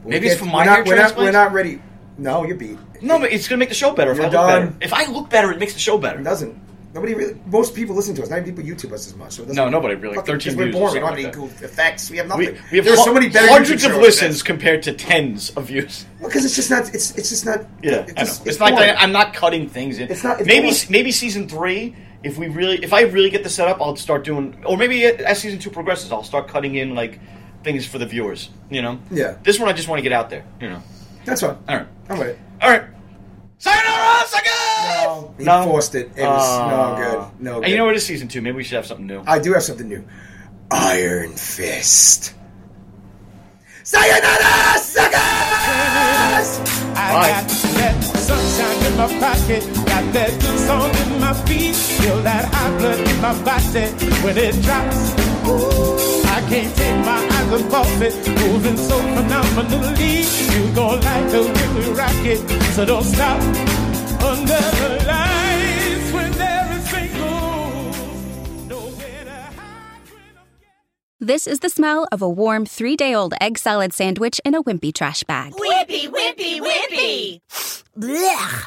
Speaker 2: Maybe it's
Speaker 3: It-
Speaker 2: for
Speaker 3: we're
Speaker 2: my
Speaker 3: not- we're
Speaker 2: ear
Speaker 3: not, we're
Speaker 2: transplants?
Speaker 3: not ready. No, you're beat.
Speaker 2: No, but it's gonna make the show better if I
Speaker 3: You're
Speaker 2: look
Speaker 3: done.
Speaker 2: better. If I look better, it makes the show better.
Speaker 3: It doesn't. Nobody really. Most people listen to us. Not even people YouTube us as much. So it doesn't-
Speaker 2: No, nobody really.
Speaker 3: Fucking-
Speaker 2: 13
Speaker 3: we're
Speaker 2: views or
Speaker 3: boring. We
Speaker 2: something
Speaker 3: don't have any
Speaker 2: like that.
Speaker 3: cool effects. We have
Speaker 2: We,
Speaker 3: nothing.
Speaker 2: we have
Speaker 3: There's
Speaker 2: hu-
Speaker 3: so many better
Speaker 2: hundreds
Speaker 3: YouTube
Speaker 2: of
Speaker 3: shows
Speaker 2: listens
Speaker 3: than-
Speaker 2: compared to tens of views.
Speaker 3: Well, because it's just not. It's it's just not.
Speaker 2: Yeah,
Speaker 3: it's,
Speaker 2: I know.
Speaker 3: just-
Speaker 2: It's, not.
Speaker 3: boring.
Speaker 2: That I'm not cutting things in.
Speaker 3: It's not- it's
Speaker 2: maybe
Speaker 3: boring.
Speaker 2: maybe season three. If we really, if I really get the setup, I'll start doing. Or maybe as season two progresses, I'll start cutting in like things for the viewers. You know.
Speaker 3: Yeah.
Speaker 2: This one, I just want to get out there. You know.
Speaker 3: That's fine.
Speaker 2: All right.
Speaker 3: I'm with it.
Speaker 2: All right. Sayonara, Saga!
Speaker 3: No, he forced it. It was no good. No. Good.
Speaker 2: And you know what? It's season two. Maybe we should have something new.
Speaker 3: I do have something new. Iron Fist. Sayonara, suckers!
Speaker 5: I got that sunshine in my pocket, got that good song in my feet, feel that hot blood in my body when it drops. Ooh, I can't take my eyes off it, moving so phenomenally. You gon' like the way we rock it, so don't stop. Under the lights when everything goes, nowhere to hide when I'm.
Speaker 6: This is the smell of a warm three day old egg salad sandwich in a wimpy trash bag.
Speaker 7: Whippy, whippy, whippy!
Speaker 8: Blech.